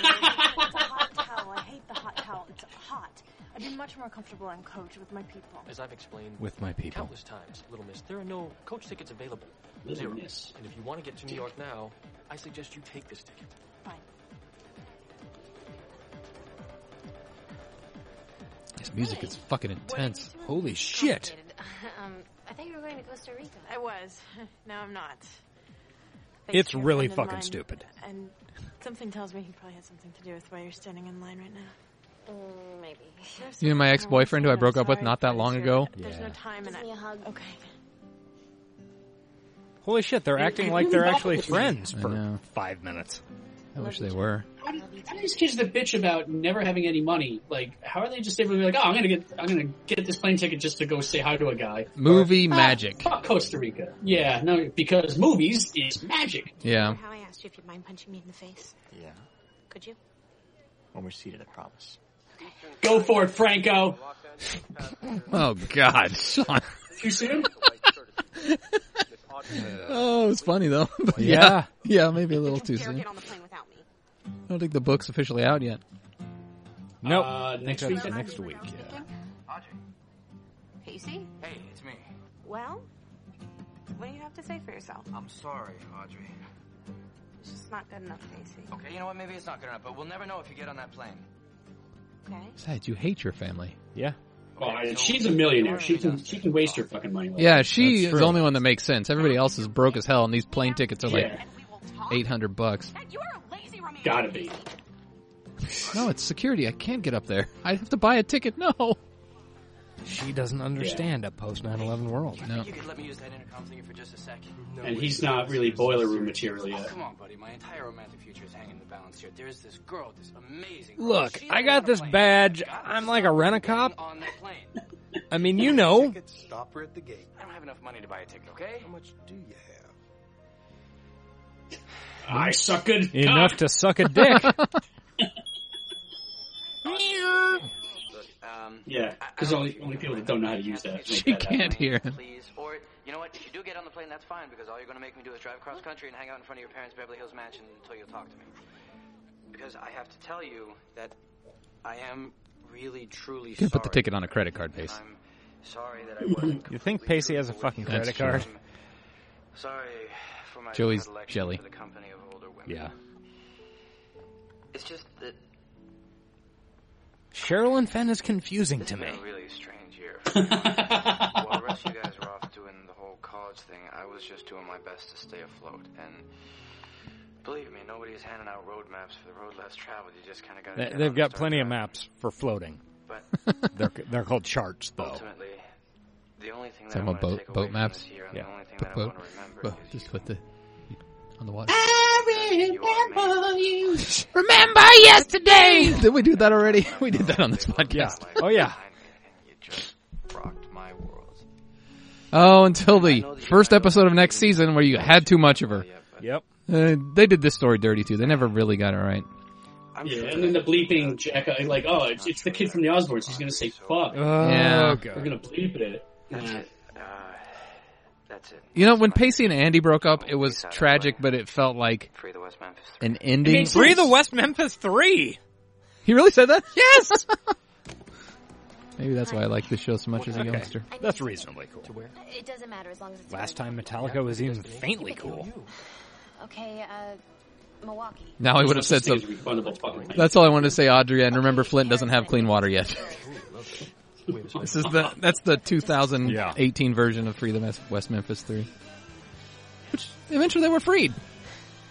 [SPEAKER 9] hot towel. I hate the hot towel. It's hot. I'd be much more comfortable on coach with my people.
[SPEAKER 14] As I've explained
[SPEAKER 2] With my people.
[SPEAKER 14] countless times, Little Miss, there are no coach tickets available.
[SPEAKER 4] Little
[SPEAKER 14] Zero.
[SPEAKER 4] Miss.
[SPEAKER 14] And if you want to get to New York now, I suggest you take this ticket.
[SPEAKER 9] Fine.
[SPEAKER 3] This music is fucking intense.
[SPEAKER 2] Holy shit.
[SPEAKER 6] Um, I thought you were going to Costa Rica.
[SPEAKER 7] I was. Now I'm not.
[SPEAKER 2] It's
[SPEAKER 7] you,
[SPEAKER 2] really
[SPEAKER 7] friend of
[SPEAKER 2] fucking
[SPEAKER 7] mine.
[SPEAKER 2] stupid.
[SPEAKER 9] And
[SPEAKER 7] Something tells me he probably has something to do with why you're standing in line right now.
[SPEAKER 6] Mm, maybe.
[SPEAKER 7] There's
[SPEAKER 3] You know my
[SPEAKER 7] something
[SPEAKER 3] ex-boyfriend who I broke up with not that long ago?
[SPEAKER 7] There's no
[SPEAKER 2] Yeah.
[SPEAKER 7] time in
[SPEAKER 6] Give
[SPEAKER 7] it.
[SPEAKER 6] me a hug.
[SPEAKER 7] Okay.
[SPEAKER 2] Holy shit, they're acting like they're actually friends
[SPEAKER 3] I
[SPEAKER 2] for
[SPEAKER 3] know.
[SPEAKER 2] five minutes.
[SPEAKER 3] I wish they were.
[SPEAKER 4] How do, how do these kids that bitch about never having any money? Like, how are they just able to be like, oh, I'm gonna get, I'm gonna get this plane ticket just to go say hi to a guy?
[SPEAKER 3] Movie
[SPEAKER 4] Or, "Ah,
[SPEAKER 3] magic.
[SPEAKER 4] fuck Costa Rica. Yeah, no, because movies is magic.
[SPEAKER 3] Yeah.
[SPEAKER 9] Remember how I asked you if you'd mind punching me in the face?
[SPEAKER 5] Yeah.
[SPEAKER 9] Could you?
[SPEAKER 5] When we're seated, I promise.
[SPEAKER 4] Go for it, Franco.
[SPEAKER 3] Oh God, Sean.
[SPEAKER 4] Too soon?
[SPEAKER 3] Oh, it's funny though. But
[SPEAKER 2] Yeah.
[SPEAKER 3] yeah, maybe a little too
[SPEAKER 9] Dare
[SPEAKER 3] soon.
[SPEAKER 9] get on the plane without me.
[SPEAKER 3] I don't think the book's officially out yet.
[SPEAKER 2] Nope.
[SPEAKER 4] Uh, next
[SPEAKER 2] Think
[SPEAKER 4] week.
[SPEAKER 2] that's Next week. Yeah.
[SPEAKER 5] Audrey.
[SPEAKER 6] Pacey?
[SPEAKER 5] Hey, it's me.
[SPEAKER 7] Well, what do you have to say for yourself?
[SPEAKER 5] I'm sorry, Audrey.
[SPEAKER 7] It's just not good enough, Casey.
[SPEAKER 5] Okay, you know what? Maybe it's not good enough, but we'll never know if you get on that plane.
[SPEAKER 9] Okay.
[SPEAKER 3] Besides, you hhate your family.
[SPEAKER 2] Yeah.
[SPEAKER 4] All right, Oh, she's a millionaire. She can, she can waste her fucking money. like
[SPEAKER 3] Yeah, she
[SPEAKER 2] That's
[SPEAKER 3] is
[SPEAKER 2] true.
[SPEAKER 3] the only one that makes sense. Everybody else is broke as hell, and these plane tickets are like
[SPEAKER 4] Yeah.
[SPEAKER 9] And we will talk.
[SPEAKER 3] eight hundred bucks.
[SPEAKER 9] Ted, you are a lazy romantic.
[SPEAKER 4] Gotta be.
[SPEAKER 3] No, it's security. I can't get up there. I have to buy a ticket. No.
[SPEAKER 2] She doesn't understand a post 9-11 world.
[SPEAKER 3] No.
[SPEAKER 14] You could let me use that intercom thingy for just a second.
[SPEAKER 4] that. And he's not really boiler room material yet.
[SPEAKER 14] Come on, buddy. My entire romantic future is hanging in the balance here. There's this girl, this amazing. girl.
[SPEAKER 2] Look,
[SPEAKER 14] She's
[SPEAKER 2] I
[SPEAKER 14] on
[SPEAKER 2] got
[SPEAKER 14] the
[SPEAKER 2] this
[SPEAKER 14] plane.
[SPEAKER 2] badge.
[SPEAKER 14] Got
[SPEAKER 2] I'm
[SPEAKER 14] this
[SPEAKER 2] like a rent-a-cop.
[SPEAKER 14] on that plane.
[SPEAKER 2] I mean, you
[SPEAKER 3] Oh.
[SPEAKER 2] know.
[SPEAKER 1] Stop her at the gate.
[SPEAKER 14] I don't have enough money to buy a ticket. Okay.
[SPEAKER 1] How much do you have?
[SPEAKER 4] I suck good.
[SPEAKER 2] Enough to suck a dick.
[SPEAKER 14] Look, um,
[SPEAKER 4] Yeah,
[SPEAKER 14] I- I
[SPEAKER 4] because
[SPEAKER 14] don't know
[SPEAKER 4] only
[SPEAKER 14] if you
[SPEAKER 4] only
[SPEAKER 14] can
[SPEAKER 4] people that
[SPEAKER 14] rent
[SPEAKER 4] don't know
[SPEAKER 14] a
[SPEAKER 4] how to
[SPEAKER 14] plane.
[SPEAKER 4] use that.
[SPEAKER 14] She
[SPEAKER 4] make
[SPEAKER 3] She
[SPEAKER 4] that
[SPEAKER 3] can't
[SPEAKER 4] happen.
[SPEAKER 3] hear.
[SPEAKER 14] Please, or you know what? If you do get on the plane, that's fine because all you're going to make me do is drive across country and hang out in front of your parents' Beverly Hills mansion until you'll talk to me. Because I have to tell you that I am really, truly.
[SPEAKER 3] You can put the
[SPEAKER 14] sorry.
[SPEAKER 3] ticket on a credit card, Pace.
[SPEAKER 14] I'm sorry that I wasn't.
[SPEAKER 2] You think
[SPEAKER 14] completely
[SPEAKER 2] Pacey has a
[SPEAKER 14] truthful with
[SPEAKER 2] fucking
[SPEAKER 14] you.
[SPEAKER 2] credit
[SPEAKER 3] That's
[SPEAKER 2] card?
[SPEAKER 3] true.
[SPEAKER 14] I'm Sorry for my
[SPEAKER 3] Joey's
[SPEAKER 14] predilection
[SPEAKER 3] jelly.
[SPEAKER 14] For the company of older women.
[SPEAKER 2] Yeah.
[SPEAKER 14] It's just that
[SPEAKER 2] Sherilyn Fenn is confusing to
[SPEAKER 14] It's
[SPEAKER 2] me.
[SPEAKER 14] been a really strange year. for me. While the rest of you guys were off doing the whole college thing, I was just doing my best to stay afloat. And believe me, nobody's handing out road maps for the road less traveled. You just kind of got
[SPEAKER 2] They,
[SPEAKER 14] to.
[SPEAKER 2] they've got plenty of maps for floating.
[SPEAKER 14] But-
[SPEAKER 2] they're they're called charts though.
[SPEAKER 14] Ultimately, the only thing that I
[SPEAKER 3] Talking
[SPEAKER 14] want
[SPEAKER 3] about
[SPEAKER 14] to take
[SPEAKER 3] boat
[SPEAKER 14] away
[SPEAKER 3] boat
[SPEAKER 14] from
[SPEAKER 3] maps.
[SPEAKER 14] this year, and the
[SPEAKER 3] Yeah.
[SPEAKER 14] only thing that I
[SPEAKER 3] Boat.
[SPEAKER 14] want to remember
[SPEAKER 3] Boat. Just put the on the water.
[SPEAKER 14] remember
[SPEAKER 1] you.
[SPEAKER 3] Remember yesterday? Did we do that already? We did that on this podcast.
[SPEAKER 2] Oh yeah.
[SPEAKER 14] rocked my world.
[SPEAKER 3] Oh, until the first episode of next season where you had too much of her.
[SPEAKER 2] Yep.
[SPEAKER 3] Uh, they did this story dirty too. They never really got it right.
[SPEAKER 4] yeah, and then the bleeping Jack, I- like, oh, it's, it's the kid from the Osbournes. He's gonna say fuck.
[SPEAKER 2] Oh,
[SPEAKER 3] Yeah.
[SPEAKER 4] We're gonna bleep it. Yeah.
[SPEAKER 5] uh,
[SPEAKER 14] That's it.
[SPEAKER 3] You know, when Pacey and Andy broke up, it was tragic, but it felt like
[SPEAKER 14] Free the West Memphis.
[SPEAKER 3] an
[SPEAKER 2] It
[SPEAKER 3] ending.
[SPEAKER 2] made Free the West Memphis Three.
[SPEAKER 3] He really said that?
[SPEAKER 2] Yes.
[SPEAKER 3] Maybe that's why I like this show so much as a
[SPEAKER 2] Okay.
[SPEAKER 3] youngster.
[SPEAKER 2] That's reasonably cool.
[SPEAKER 6] It doesn't matter as long as it's
[SPEAKER 2] Last
[SPEAKER 6] during-
[SPEAKER 2] time Metallica was even faintly cool.
[SPEAKER 6] Okay, uh, Milwaukee.
[SPEAKER 3] Now I would have said
[SPEAKER 4] Thing is
[SPEAKER 3] something.
[SPEAKER 4] refundable fucking thing.
[SPEAKER 3] That's all I wanted to say, Audrey. And remember, Flint doesn't have clean water yet. this is the that's the 2018 version of Free the Mes- West Memphis Three. Which eventually they were freed.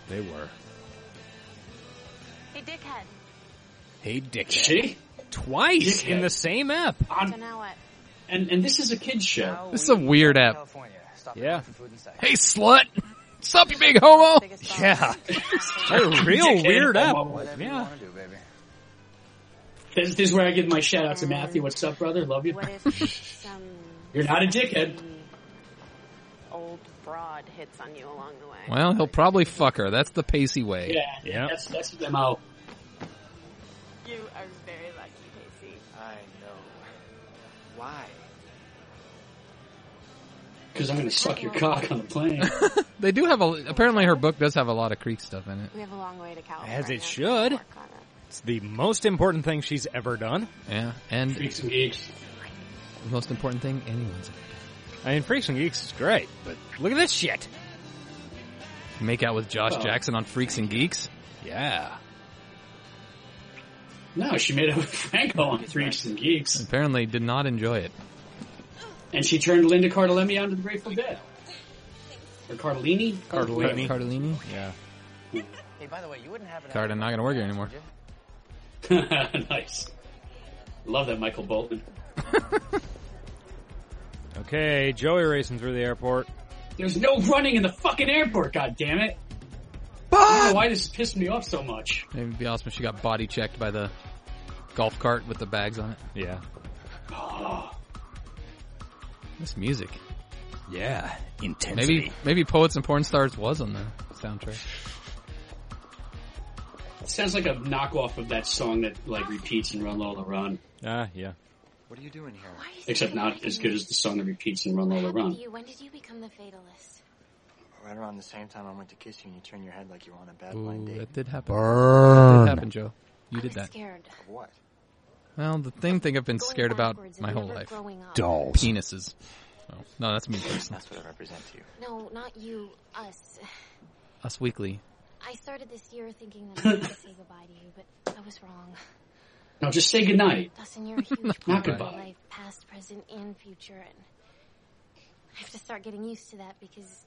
[SPEAKER 2] They were.
[SPEAKER 6] Hey, dickhead.
[SPEAKER 2] Hey, dickhead.
[SPEAKER 4] See?
[SPEAKER 2] Twice
[SPEAKER 4] Dickhead.
[SPEAKER 2] in the same app.
[SPEAKER 6] so now what?
[SPEAKER 4] And and this is a kid's show.
[SPEAKER 3] This is a weird app.
[SPEAKER 14] California. Stop
[SPEAKER 2] Yeah.
[SPEAKER 3] Hey, slut! Sup, you big homo?
[SPEAKER 2] Yeah. a real weird app. Yeah.
[SPEAKER 14] do, baby.
[SPEAKER 4] This, this is where I give my shout out to Matthew. What's up, brother? Love you.
[SPEAKER 6] What if some
[SPEAKER 4] You're not a dickhead.
[SPEAKER 6] old broad hits on you along the way?
[SPEAKER 3] Well, he'll probably fuck her. That's the pacey way.
[SPEAKER 4] Yeah. That's that's the mo.
[SPEAKER 6] You are very lucky, Casey.
[SPEAKER 14] I know. Why?
[SPEAKER 4] Because I'm gonna suck your cock on the plane.
[SPEAKER 3] They do have a. Apparently, her book does have a lot of creek stuff in it.
[SPEAKER 6] We have a long way to California.
[SPEAKER 2] As it should. It's the most important thing she's ever done.
[SPEAKER 3] Yeah, and
[SPEAKER 4] Freaks and geeks.
[SPEAKER 3] the most important thing, anyone's
[SPEAKER 2] I mean, Freaks and Geeks is great, but look at this shit.
[SPEAKER 3] make out with Josh
[SPEAKER 2] Oh.
[SPEAKER 3] Jackson on Freaks and Geeks.
[SPEAKER 2] Yeah.
[SPEAKER 4] No, she made up with Franco on Freaks and Geeks,
[SPEAKER 3] Apparently, did not enjoy it.
[SPEAKER 4] and she turned Linda Cardellini onto the Grateful Dead. Or Cardellini.
[SPEAKER 3] Cardellini. Cardellini.
[SPEAKER 2] Yeah.
[SPEAKER 14] Hey, by the way, you wouldn't happen to
[SPEAKER 3] Card, I'm not gonna work here anymore.
[SPEAKER 4] nice. Love that Michael Bolton.
[SPEAKER 2] Okay, Joey racing through the airport.
[SPEAKER 4] There's no running in the fucking airport, god damn it. I don't know why this is pissing me off so much.
[SPEAKER 3] It would be awesome if she got body checked by the golf cart with the bags on it.
[SPEAKER 2] Yeah.
[SPEAKER 4] Oh,
[SPEAKER 3] This music.
[SPEAKER 2] Yeah. Intensity.
[SPEAKER 3] Maybe maybe Poets and Porn Stars was on the soundtrack.
[SPEAKER 4] it sounds like a knockoff of that song that like repeats in Run Lola Run,
[SPEAKER 2] Ah, yeah.
[SPEAKER 5] What are you doing here?
[SPEAKER 4] except not as good as the song that repeats in Run Lola Run.
[SPEAKER 6] You, when did you become the fatalist?
[SPEAKER 5] Right around the same time I went to kiss you, and you turned your head like you were on a bad
[SPEAKER 3] Ooh,
[SPEAKER 5] blind date.
[SPEAKER 3] that did happen. That
[SPEAKER 2] Burn.
[SPEAKER 3] did happen, Joe. You
[SPEAKER 6] I
[SPEAKER 3] did
[SPEAKER 6] was
[SPEAKER 3] that.
[SPEAKER 6] scared.
[SPEAKER 5] Of what?
[SPEAKER 3] Well, the same thing I've been
[SPEAKER 6] Going
[SPEAKER 3] scared about
[SPEAKER 6] backwards and
[SPEAKER 3] my whole
[SPEAKER 6] never
[SPEAKER 3] life.
[SPEAKER 6] growing up.
[SPEAKER 2] Dolls.
[SPEAKER 3] Penises. Oh, no, that's me personally.
[SPEAKER 5] That's what I represent to you.
[SPEAKER 6] No, not you. Us.
[SPEAKER 3] Us Weekly.
[SPEAKER 6] I started this year thinking that I would say goodbye to you, but I was wrong.
[SPEAKER 4] No, just say goodnight.
[SPEAKER 6] Dustin, you're a huge
[SPEAKER 4] Not
[SPEAKER 6] part of my
[SPEAKER 4] goodbye.
[SPEAKER 6] life, past, present, and future, and I have to start getting used to that because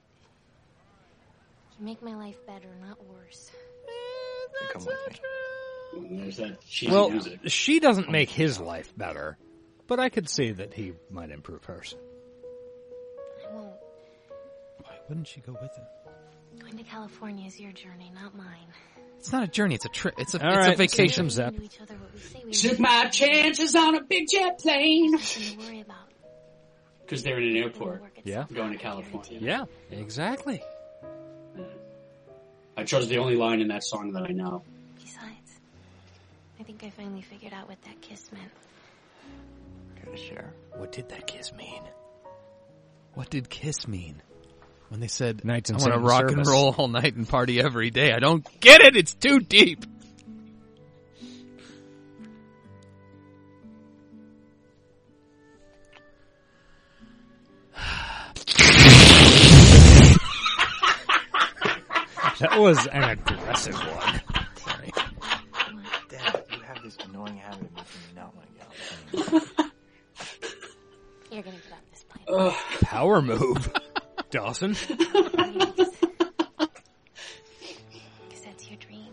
[SPEAKER 6] you make my life better, not worse.
[SPEAKER 5] Come with me.
[SPEAKER 4] There's that cheesy
[SPEAKER 2] Well,
[SPEAKER 4] music.
[SPEAKER 2] she doesn't make his life better, but I could see that he might improve hers.
[SPEAKER 6] I won't.
[SPEAKER 3] Why wouldn't she go with him?
[SPEAKER 6] Going to California is your journey, not mine.
[SPEAKER 3] It's not a journey. It's a trip. It's a
[SPEAKER 2] All
[SPEAKER 3] it's a
[SPEAKER 2] right,
[SPEAKER 3] vacation.
[SPEAKER 2] Symptoms up.
[SPEAKER 6] To each other what we say we
[SPEAKER 4] Took
[SPEAKER 6] do.
[SPEAKER 4] my chances on a big jet plane.
[SPEAKER 6] Nothing to worry about.
[SPEAKER 4] Because they're in an
[SPEAKER 6] We'll
[SPEAKER 4] airport.
[SPEAKER 6] work it
[SPEAKER 2] Yeah.
[SPEAKER 6] out.
[SPEAKER 4] Going to California.
[SPEAKER 2] Yeah, exactly.
[SPEAKER 4] I chose the only line in that song that I know.
[SPEAKER 6] Besides, I think I finally figured out what that kiss meant.
[SPEAKER 5] Care to share?
[SPEAKER 2] What did that kiss mean?
[SPEAKER 3] What did kiss mean? When they said,
[SPEAKER 2] Nights
[SPEAKER 3] "I
[SPEAKER 2] in
[SPEAKER 3] want to
[SPEAKER 2] Satan's
[SPEAKER 3] rock and
[SPEAKER 2] service."
[SPEAKER 3] roll all night and party every day." I don't get it. It's too deep.
[SPEAKER 2] That was an aggressive one.
[SPEAKER 5] Dad, you have this annoying habit of making me not
[SPEAKER 2] power move, Dawson.
[SPEAKER 6] Because that's your dream.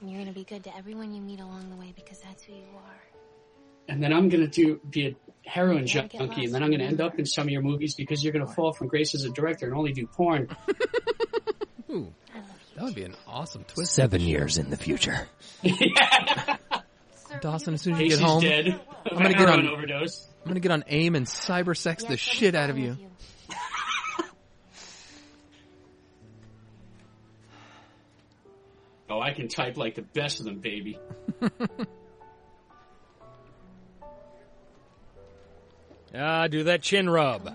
[SPEAKER 6] And you're going to be good to everyone you meet along the way because that's who you are.
[SPEAKER 4] and then I'm gonna do be a heroin
[SPEAKER 6] Yeah, get
[SPEAKER 4] junkie,
[SPEAKER 6] lost.
[SPEAKER 4] and then I'm gonna end up in some of your movies because you're gonna fall from grace as a director and only do porn.
[SPEAKER 3] Ooh, that would be an awesome twist.
[SPEAKER 2] Seven years in the future.
[SPEAKER 3] Dawson, as soon as you
[SPEAKER 4] Casey's
[SPEAKER 3] get home,
[SPEAKER 4] dead.
[SPEAKER 3] I'm gonna get on
[SPEAKER 4] Heroin overdose.
[SPEAKER 3] I'm gonna get on AIM and cyber sex the shit out of you.
[SPEAKER 4] Oh, I can type like the best of them, baby.
[SPEAKER 2] Ah, do that chin rub.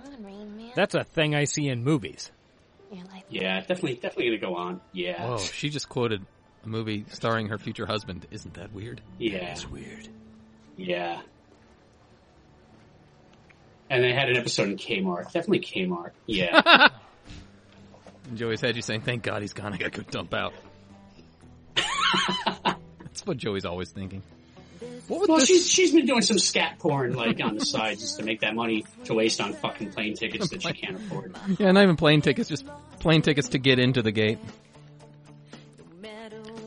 [SPEAKER 2] That's a thing I see in movies.
[SPEAKER 4] Yeah, definitely, definitely gonna go on. Yeah.
[SPEAKER 3] Whoa, she just quoted a movie starring her future husband. Isn't that weird?
[SPEAKER 4] Yeah.
[SPEAKER 3] it's weird.
[SPEAKER 4] Yeah. And they had an episode in Kmart. Definitely Kmart. Yeah.
[SPEAKER 3] And Joey's had you saying, "Thank God he's gone. I gotta go dump out." That's what Joey's always thinking. What would
[SPEAKER 4] well,
[SPEAKER 3] this-
[SPEAKER 4] she's she's been doing some scat porn like on the side just to make that money to waste on fucking plane tickets that she can't afford.
[SPEAKER 3] Yeah, not even plane tickets, just plane tickets to get into the gate.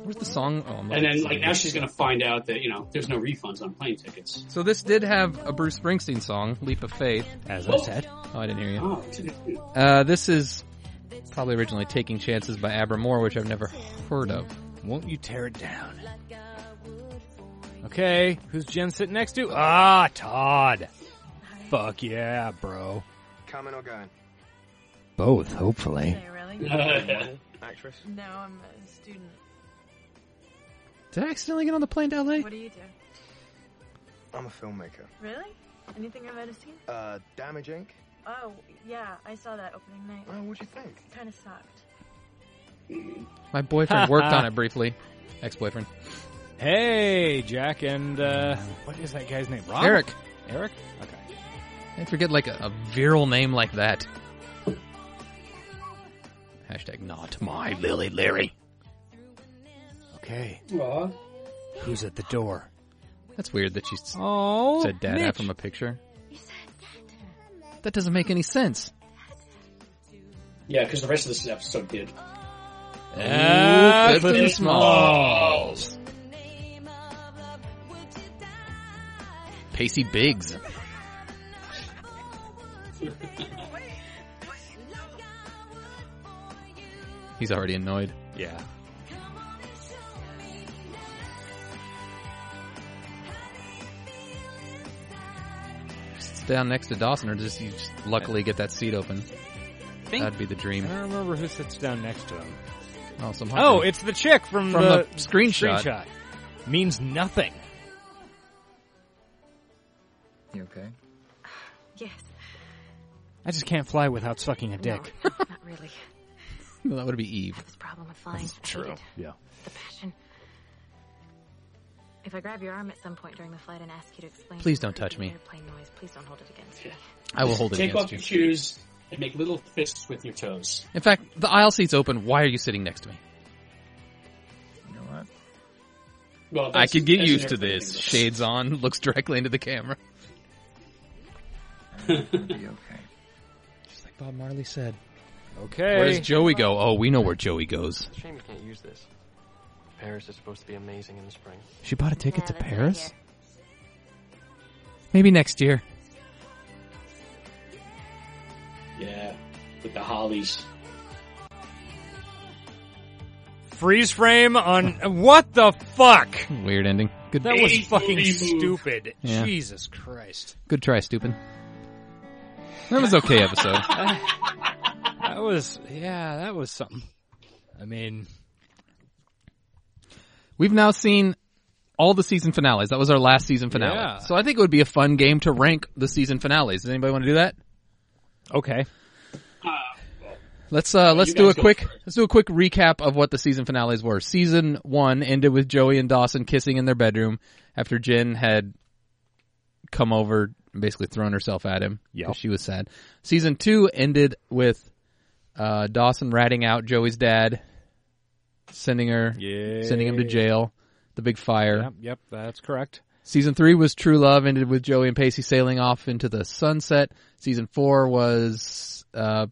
[SPEAKER 3] Where's the song? Oh, I'm
[SPEAKER 4] And
[SPEAKER 3] looking at
[SPEAKER 4] then
[SPEAKER 3] the
[SPEAKER 4] like
[SPEAKER 3] song.
[SPEAKER 4] now she's gonna find out that you know there's no refunds on plane tickets.
[SPEAKER 3] So this did have a Bruce Springsteen song, "Leap of Faith," as
[SPEAKER 4] I said.
[SPEAKER 3] Oh, I didn't hear you.
[SPEAKER 4] Oh, dude.
[SPEAKER 3] Uh, this is probably originally "Taking Chances" by Abramore, which I've never heard of.
[SPEAKER 2] Won't you tear it down? Okay, who's Jen sitting next to? Ah, Todd. Fuck yeah, bro.
[SPEAKER 13] Coming or going?
[SPEAKER 2] Both, hopefully.
[SPEAKER 13] Model, Actress?
[SPEAKER 12] No, I'm a student.
[SPEAKER 3] Did I accidentally get on the plane to LA?
[SPEAKER 12] What do you do?
[SPEAKER 13] I'm a filmmaker.
[SPEAKER 12] Really? Anything I've ever seen?
[SPEAKER 13] Uh, Damage Inc.
[SPEAKER 12] Oh, yeah, I saw that opening night.
[SPEAKER 13] Oh, what'd you think?
[SPEAKER 12] Kind of sucked.
[SPEAKER 3] My boyfriend worked on it briefly. Ex-boyfriend.
[SPEAKER 2] Hey, Jack and, uh, what is that guy's name? Rob?
[SPEAKER 3] Eric.
[SPEAKER 2] Eric? Okay.
[SPEAKER 3] I forget like a, a virile name like that. Hashtag not my Lily Larry.
[SPEAKER 2] Okay.
[SPEAKER 4] Aw.
[SPEAKER 2] Who's at the door?
[SPEAKER 3] That's weird that she s-
[SPEAKER 2] Oh,
[SPEAKER 3] said dad
[SPEAKER 2] Mitch.
[SPEAKER 3] from a picture. That doesn't make any sense.
[SPEAKER 4] Yeah, because the rest of this episode did.
[SPEAKER 2] Ah,
[SPEAKER 3] Ooh, Clifton
[SPEAKER 2] Clifton
[SPEAKER 3] Smalls. Pacey Biggs. He's already annoyed.
[SPEAKER 2] Yeah.
[SPEAKER 3] Sits down next to Dawson, or just you just luckily get that seat open.
[SPEAKER 2] Think-
[SPEAKER 3] That'd be the
[SPEAKER 2] I
[SPEAKER 3] dream.
[SPEAKER 2] don't remember who sits down next to him.
[SPEAKER 3] Oh, somehow.
[SPEAKER 2] Oh, it's the chick from,
[SPEAKER 3] From
[SPEAKER 2] the,
[SPEAKER 3] the screenshot.
[SPEAKER 2] screenshot. Means nothing.
[SPEAKER 5] You okay?
[SPEAKER 15] Yes.
[SPEAKER 2] I just can't fly without sucking a dick.
[SPEAKER 15] No, not really.
[SPEAKER 3] No, that would be Eve.
[SPEAKER 15] This problem with flying. I hate it.
[SPEAKER 2] Yeah.
[SPEAKER 15] The passion. If I grab your arm at some point during the flight and ask you to explain,
[SPEAKER 3] Please don't touch me.
[SPEAKER 15] Airplane noise. Please don't hold it against me.
[SPEAKER 3] I will hold it
[SPEAKER 4] Take
[SPEAKER 3] against
[SPEAKER 4] off
[SPEAKER 3] you.
[SPEAKER 4] your shoes and make little fists with your toes.
[SPEAKER 3] In fact, the aisle seat's open. Why are you sitting next to me?
[SPEAKER 5] You know what?
[SPEAKER 4] Well,
[SPEAKER 3] I
[SPEAKER 4] that's-
[SPEAKER 3] could get
[SPEAKER 4] that's
[SPEAKER 3] used
[SPEAKER 4] an
[SPEAKER 3] to
[SPEAKER 4] airplane
[SPEAKER 3] this.
[SPEAKER 4] thing.
[SPEAKER 3] Shades on, looks directly into the camera.
[SPEAKER 5] It'll be okay.
[SPEAKER 3] Just like Bob Marley said.
[SPEAKER 2] Okay.
[SPEAKER 3] Where does Joey go? Oh, we know where Joey goes.
[SPEAKER 16] It's a shame you can't use this. Paris is supposed to be amazing in the spring.
[SPEAKER 3] She bought a ticket to Paris? Maybe next year.
[SPEAKER 4] Yeah, with the hollies.
[SPEAKER 2] Freeze frame on what the fuck?
[SPEAKER 3] Weird ending. Good
[SPEAKER 2] That was
[SPEAKER 3] Eight
[SPEAKER 2] fucking
[SPEAKER 3] movie move.
[SPEAKER 2] stupid.
[SPEAKER 3] Yeah.
[SPEAKER 2] Jesus Christ.
[SPEAKER 3] Good try, stupid. That was okay episode.
[SPEAKER 2] That was yeah, that was something. I mean,
[SPEAKER 3] We've now seen all the season finales. That was our last season finale.
[SPEAKER 2] Yeah.
[SPEAKER 3] So I think it would be a fun game to rank the season finales. Does anybody want to do that?
[SPEAKER 2] Okay.
[SPEAKER 3] Let's uh let's
[SPEAKER 2] you
[SPEAKER 3] do a
[SPEAKER 2] guys go
[SPEAKER 3] quick let's do a quick recap of what the season finales were. Season 1 ended with Joey and Dawson kissing in their bedroom after Jen had come over and basically thrown herself at him. Yeah. She was sad. Season 2 ended with uh Dawson ratting out Joey's dad, sending her
[SPEAKER 2] Yeah.
[SPEAKER 3] sending him to jail, the big fire.
[SPEAKER 2] yep, yep, that's correct.
[SPEAKER 3] Season three was True Love, ended with Joey and Pacey sailing off into the sunset. Season four was, uh,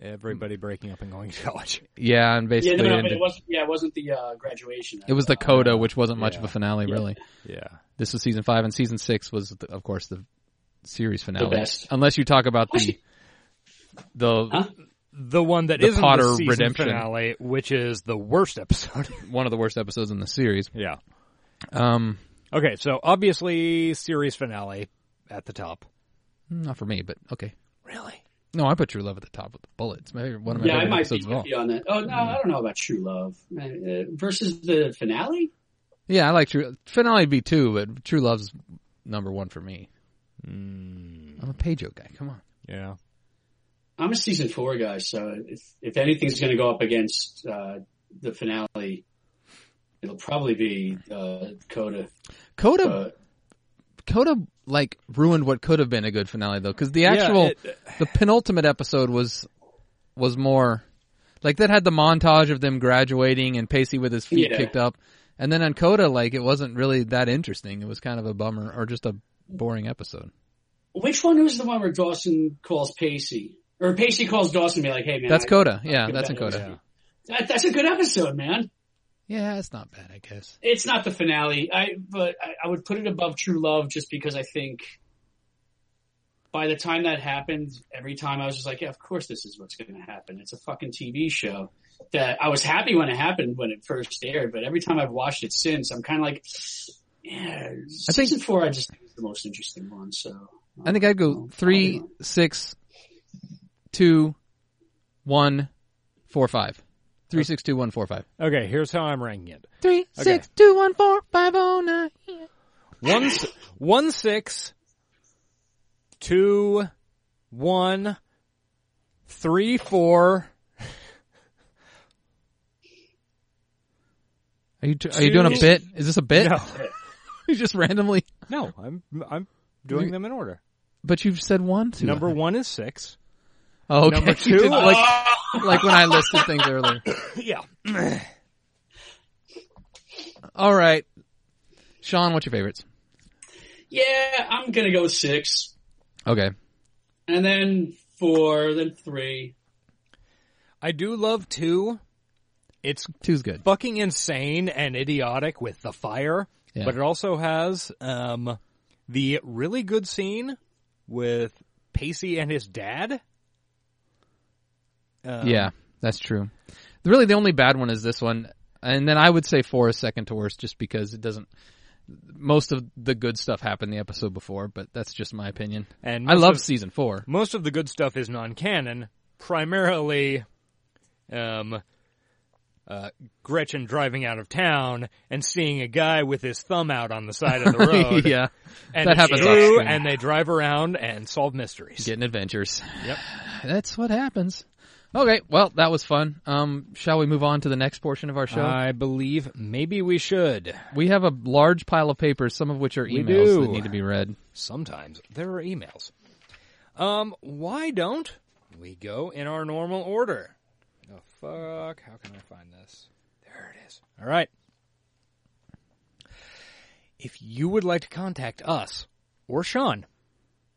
[SPEAKER 2] Everybody breaking up and going to college.
[SPEAKER 3] yeah, and basically
[SPEAKER 4] yeah, no, no, but
[SPEAKER 3] ended.
[SPEAKER 4] it wasn't. Yeah, it wasn't the uh, graduation.
[SPEAKER 3] It was the coda, which wasn't much of a finale,
[SPEAKER 4] Yeah.
[SPEAKER 3] really.
[SPEAKER 2] Yeah.
[SPEAKER 3] This was season five, and season six was, the, of course, the series finale.
[SPEAKER 4] best.
[SPEAKER 3] Unless you talk about the the
[SPEAKER 2] the one that
[SPEAKER 3] the
[SPEAKER 2] isn't the
[SPEAKER 3] Potter
[SPEAKER 2] season
[SPEAKER 3] redemption
[SPEAKER 2] finale, which is the worst episode.
[SPEAKER 3] one of the worst episodes in the series.
[SPEAKER 2] Yeah.
[SPEAKER 3] Um.
[SPEAKER 2] Okay, so obviously series finale at the top.
[SPEAKER 3] Not for me, but okay.
[SPEAKER 2] Really?
[SPEAKER 3] No, I put True Love at the top with the bullets. My favorite, one of my
[SPEAKER 4] yeah, I
[SPEAKER 3] favorite
[SPEAKER 4] might be
[SPEAKER 3] episodes of all.
[SPEAKER 4] iffy on that. Oh no, I don't know about True Love Uh, uh, versus the finale.
[SPEAKER 3] Yeah, I like True Finale B two, but True Love's number one for me. I'm a Pedro guy. Come on.
[SPEAKER 2] Yeah.
[SPEAKER 4] I'm a season four guy, so if if anything's going to go up against uh, the finale, it'll probably be uh, Coda. Uh,
[SPEAKER 3] Coda,
[SPEAKER 4] But-
[SPEAKER 3] Coda, like ruined what could have been a good finale though, because the
[SPEAKER 2] Yeah,
[SPEAKER 3] actual,
[SPEAKER 2] it-
[SPEAKER 3] the penultimate episode was, was more, like that had the montage of them graduating and Pacey with his feet
[SPEAKER 4] Yeah.
[SPEAKER 3] kicked up, and then on Coda, like it wasn't really that interesting. It was kind of a bummer or just a boring episode.
[SPEAKER 4] Which one was the one where Dawson calls Pacey, or Pacey calls Dawson, and be like, "Hey man,
[SPEAKER 3] That's
[SPEAKER 4] I-
[SPEAKER 3] Coda.
[SPEAKER 4] I
[SPEAKER 3] Yeah,
[SPEAKER 4] give
[SPEAKER 3] that's
[SPEAKER 4] that
[SPEAKER 3] in Coda.
[SPEAKER 4] episode. That, that's a good episode, man.
[SPEAKER 3] Yeah, it's not bad, I guess.
[SPEAKER 4] It's not the finale, I but I, I would put it above True Love just because I think by the time that happened, every time I was just like, yeah, of course this is what's going to happen. It's a fucking TV show that I was happy when it happened when it first aired, but every time I've watched it since, I'm kind of like, yeah. I think season four, I just think is the most interesting one. So
[SPEAKER 3] I think I'd go three, six, two, one, four, five. Three, six, two, one, four, five.
[SPEAKER 2] Okay, here's how I'm ranking it.
[SPEAKER 3] Three,
[SPEAKER 2] Okay.
[SPEAKER 3] six, two, one, four, five, oh, nine.
[SPEAKER 2] One, s- one six, two, one, three, four.
[SPEAKER 3] Are you are you doing a bit? Is this a bit?
[SPEAKER 2] No.
[SPEAKER 3] you just randomly.
[SPEAKER 2] No, I'm I'm doing them in order.
[SPEAKER 3] But you've said one. Two,
[SPEAKER 2] Number one is six.
[SPEAKER 3] Oh, okay.
[SPEAKER 2] Number two,
[SPEAKER 3] You did, like like when I listed things earlier.
[SPEAKER 2] yeah.
[SPEAKER 3] All right, Sean, what's your favorites?
[SPEAKER 4] yeah, I'm going to go six
[SPEAKER 3] Okay,
[SPEAKER 4] and then four, then three.
[SPEAKER 2] I do love two. It's
[SPEAKER 3] two's good.
[SPEAKER 2] Fucking insane and idiotic with the fire,
[SPEAKER 3] Yeah.
[SPEAKER 2] but it also has um, the really good scene with Pacey and his dad. Um,
[SPEAKER 3] yeah, that's true. Really, the only bad one is this one, and then I would say four is second to worst, just because it doesn't. Most of the good stuff happened the episode before, but that's just my opinion.
[SPEAKER 2] And
[SPEAKER 3] I
[SPEAKER 2] most
[SPEAKER 3] love
[SPEAKER 2] of-
[SPEAKER 3] season four.
[SPEAKER 2] Most of the good stuff is non-canon, primarily um, uh, Gretchen driving out of town and seeing a guy with his thumb out on the side of the road.
[SPEAKER 3] Yeah.
[SPEAKER 2] and
[SPEAKER 3] That
[SPEAKER 2] it's
[SPEAKER 3] happens
[SPEAKER 2] Drew,
[SPEAKER 3] off-screen.
[SPEAKER 2] and they drive around and solve mysteries.
[SPEAKER 3] Getting adventures.
[SPEAKER 2] Yep.
[SPEAKER 3] That's what happens. Okay, well, that was fun. Um, shall we move on to the next portion of our show?
[SPEAKER 2] I believe maybe we should.
[SPEAKER 3] we have a large pile of papers, some of which are
[SPEAKER 2] We
[SPEAKER 3] emails that
[SPEAKER 2] do.
[SPEAKER 3] need to be read.
[SPEAKER 2] Sometimes there are emails. Um, why don't we go in our normal order? Oh fuck! How can I find this? There it is. All right. If you would like to contact us or Sean,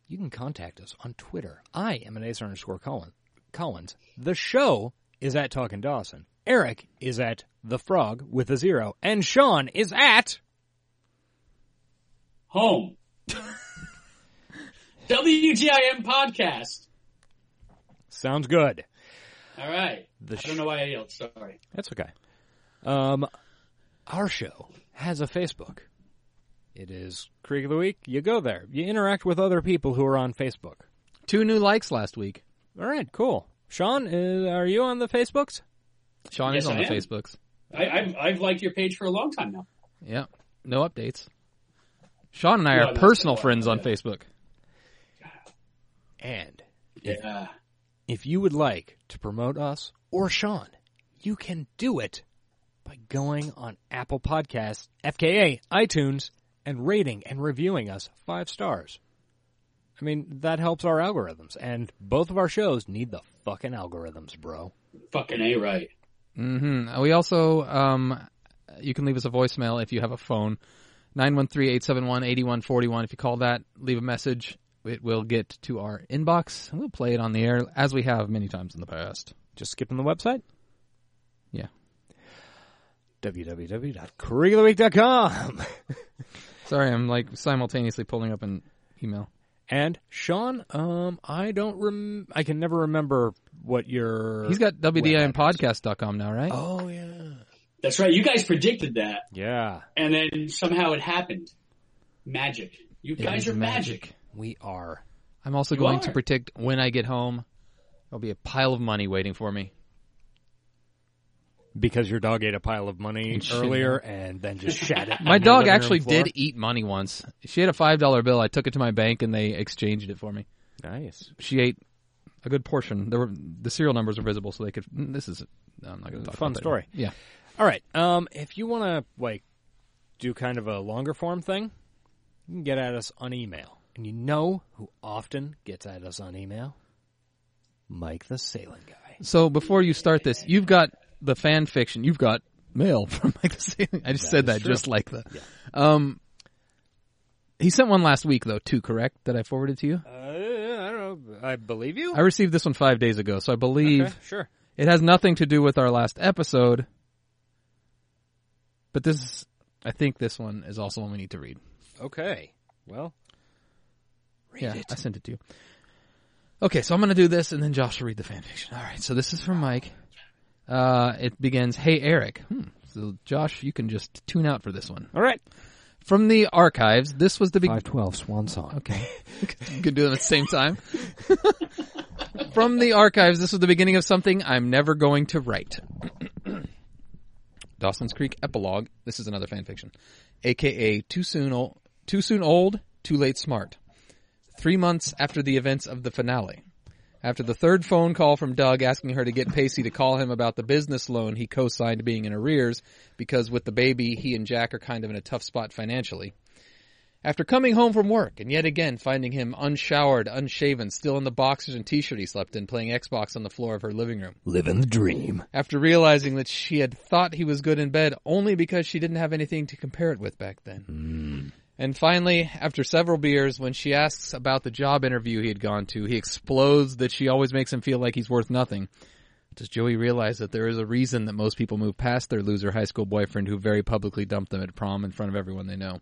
[SPEAKER 2] you can contact us on Twitter. I am an ace underscore Colin, Collins. The show is at Talkin' Dawson. Eric is at the Frog with a zero, and Sean is at
[SPEAKER 4] home. WGIM podcast.
[SPEAKER 2] Sounds good.
[SPEAKER 4] All right.
[SPEAKER 2] The
[SPEAKER 4] I don't know why I yelled. Sorry.
[SPEAKER 2] That's okay. Um, our show has a Facebook. It is Creek of the Week. You go there. You interact with other people who are on Facebook.
[SPEAKER 3] Two new likes last week.
[SPEAKER 2] All right, cool. Sean, uh, are you on the Facebooks?
[SPEAKER 3] Sean
[SPEAKER 4] Yes,
[SPEAKER 3] is on
[SPEAKER 4] I
[SPEAKER 3] the
[SPEAKER 4] am.
[SPEAKER 3] Facebooks.
[SPEAKER 4] I, I've, I've liked your page for a long time now.
[SPEAKER 3] Yeah, no updates. Sean and I
[SPEAKER 4] No,
[SPEAKER 3] are
[SPEAKER 4] that's
[SPEAKER 3] personal
[SPEAKER 4] the one,
[SPEAKER 3] friends on
[SPEAKER 4] yeah.
[SPEAKER 3] Facebook.
[SPEAKER 2] And
[SPEAKER 4] Yeah.
[SPEAKER 2] if you would like to promote us or Sean, you can do it by going on Apple Podcasts, FKA, iTunes, and rating and reviewing us five stars. I mean, that helps our algorithms, and both of our shows need the fucking algorithms, bro.
[SPEAKER 4] Fucking A right.
[SPEAKER 3] Mm-hmm. hmm We also, um, you can leave us a voicemail if you have a phone 913-871-8141. If you call that, leave a message. It will get to our inbox, and we'll play it on the air as we have many times in the past.
[SPEAKER 2] Just skipping the website?
[SPEAKER 3] Yeah.
[SPEAKER 2] www.curriculumweek.com.
[SPEAKER 3] Sorry, I'm like simultaneously pulling up an email.
[SPEAKER 2] And Sean, um, I don't rem- I can never remember what your
[SPEAKER 3] He's got wdinpodcast.com now, right?
[SPEAKER 2] Oh yeah.
[SPEAKER 4] That's right. You guys predicted that,
[SPEAKER 2] Yeah.
[SPEAKER 4] and then somehow it happened. Magic. You
[SPEAKER 3] It
[SPEAKER 4] guys
[SPEAKER 3] is
[SPEAKER 4] are magic.
[SPEAKER 2] We are.
[SPEAKER 3] I'm also
[SPEAKER 4] You
[SPEAKER 3] going to
[SPEAKER 4] are.
[SPEAKER 3] predict when I get home, there'll be a pile of money waiting for me.
[SPEAKER 2] Because your dog ate a pile of money
[SPEAKER 3] Shit.
[SPEAKER 2] earlier and then just shat it.
[SPEAKER 3] My
[SPEAKER 2] on your
[SPEAKER 3] dog
[SPEAKER 2] living room
[SPEAKER 3] actually
[SPEAKER 2] floor.
[SPEAKER 3] did eat money once. She had a five dollar bill. I took it to my bank and they exchanged it for me.
[SPEAKER 2] Nice.
[SPEAKER 3] She ate a good portion. There were the serial numbers are visible, so they could. mm, This is. I'm not going to talk.
[SPEAKER 2] Fun
[SPEAKER 3] about that.
[SPEAKER 2] story.
[SPEAKER 3] Yeah.
[SPEAKER 2] All right. Um, if you want to like do kind of a longer form thing, you can get at us on email. And you know who often gets at us on email? Mike the Sailing Guy.
[SPEAKER 3] So before you start this, you've got the fan fiction. You've got mail from Mike the Sailing. I just
[SPEAKER 2] That
[SPEAKER 3] said
[SPEAKER 2] is
[SPEAKER 3] that
[SPEAKER 2] true.
[SPEAKER 3] just like the.
[SPEAKER 2] Yeah.
[SPEAKER 3] Um. He sent one last week though too. Correct? That I forwarded to you?
[SPEAKER 2] Uh, I don't know. I believe you.
[SPEAKER 3] I received this one five days ago, so I believe
[SPEAKER 2] Okay, sure.
[SPEAKER 3] it has nothing to do with our last episode. But this, I think, this one is also one we need to read.
[SPEAKER 2] Okay. Well, read
[SPEAKER 3] yeah,
[SPEAKER 2] it.
[SPEAKER 3] I sent it to you. Okay, so I'm going to do this, and then Josh will read the fan fiction. All right, so this is from Mike. Uh, it begins, "Hey Eric." Hmm. So Josh, you can just tune out for this one.
[SPEAKER 2] All right.
[SPEAKER 3] From the archives, this was the beginning.
[SPEAKER 2] Five twelve Swan Song.
[SPEAKER 3] Okay. you can do them at the same time. From the archives, this was the beginning of something I'm never going to write. Dawson's Creek epilogue. This is another fan fiction, aka too soon old, too soon old, too late smart. Three months after the events of the finale, after the third phone call from Doug asking her to get Pacey to call him about the business loan he co-signed being in arrears, because with the baby, he and Jack are kind of in a tough spot financially. After coming home from work and yet again finding him unshowered, unshaven, still in the boxers and t-shirt he slept in, playing Xbox on the floor of her living room.
[SPEAKER 2] Living the dream.
[SPEAKER 3] After realizing that she had thought he was good in bed only because she didn't have anything to compare it with back then.
[SPEAKER 2] Hmm.
[SPEAKER 3] And finally, after several beers, when she asks about the job interview he had gone to, he explodes that she always makes him feel like he's worth nothing. Does Joey realize that there is a reason that most people move past their loser high school boyfriend who very publicly dumped them at prom in front of everyone they know?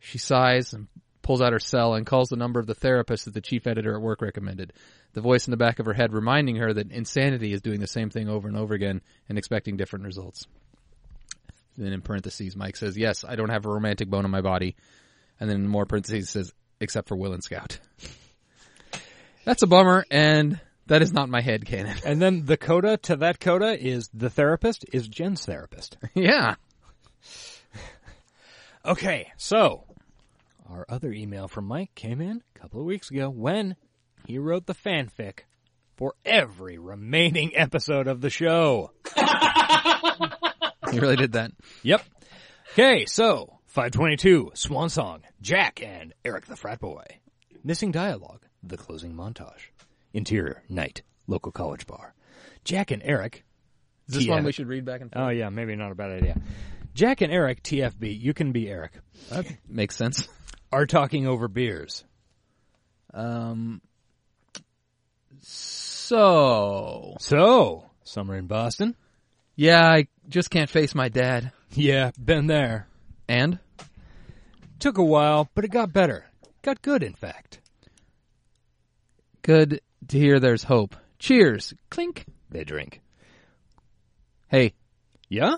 [SPEAKER 3] She sighs and pulls out her cell and calls the number of the therapist that the chief editor at work recommended. The voice in the back of her head reminding her that insanity is doing the same thing over and over again and expecting different results. Then in parentheses, Mike says, "Yes, I don't have a romantic bone in my body," and then in more parentheses says, "Except for Will and Scout." That's a bummer, and that is not my head canon.
[SPEAKER 2] And then the coda to that coda is the therapist is Jen's therapist.
[SPEAKER 3] yeah.
[SPEAKER 2] Okay, so our other email from Mike came in a couple of weeks ago when he wrote the fanfic for every remaining episode of the show.
[SPEAKER 3] You really did that.
[SPEAKER 2] Yep. Okay, so 522, Swan Song, Jack and Eric the Frat Boy. Missing dialogue, the closing montage. Interior, night, local college bar. Jack and Eric.
[SPEAKER 3] Is this
[SPEAKER 2] TF
[SPEAKER 3] one we should read back and forth?
[SPEAKER 2] Oh yeah, maybe not a bad idea. Jack and Eric, TFB, you can be Eric,
[SPEAKER 3] That makes sense.
[SPEAKER 2] are talking over beers.
[SPEAKER 3] Um. So
[SPEAKER 2] So, summer in Boston.
[SPEAKER 3] yeah, I just can't face my dad.
[SPEAKER 2] Yeah, been there.
[SPEAKER 3] And
[SPEAKER 2] Took a while, but it got better. Got good, in fact.
[SPEAKER 3] good to hear there's hope. Cheers. Clink.
[SPEAKER 2] They drink.
[SPEAKER 3] Hey,
[SPEAKER 2] Yeah?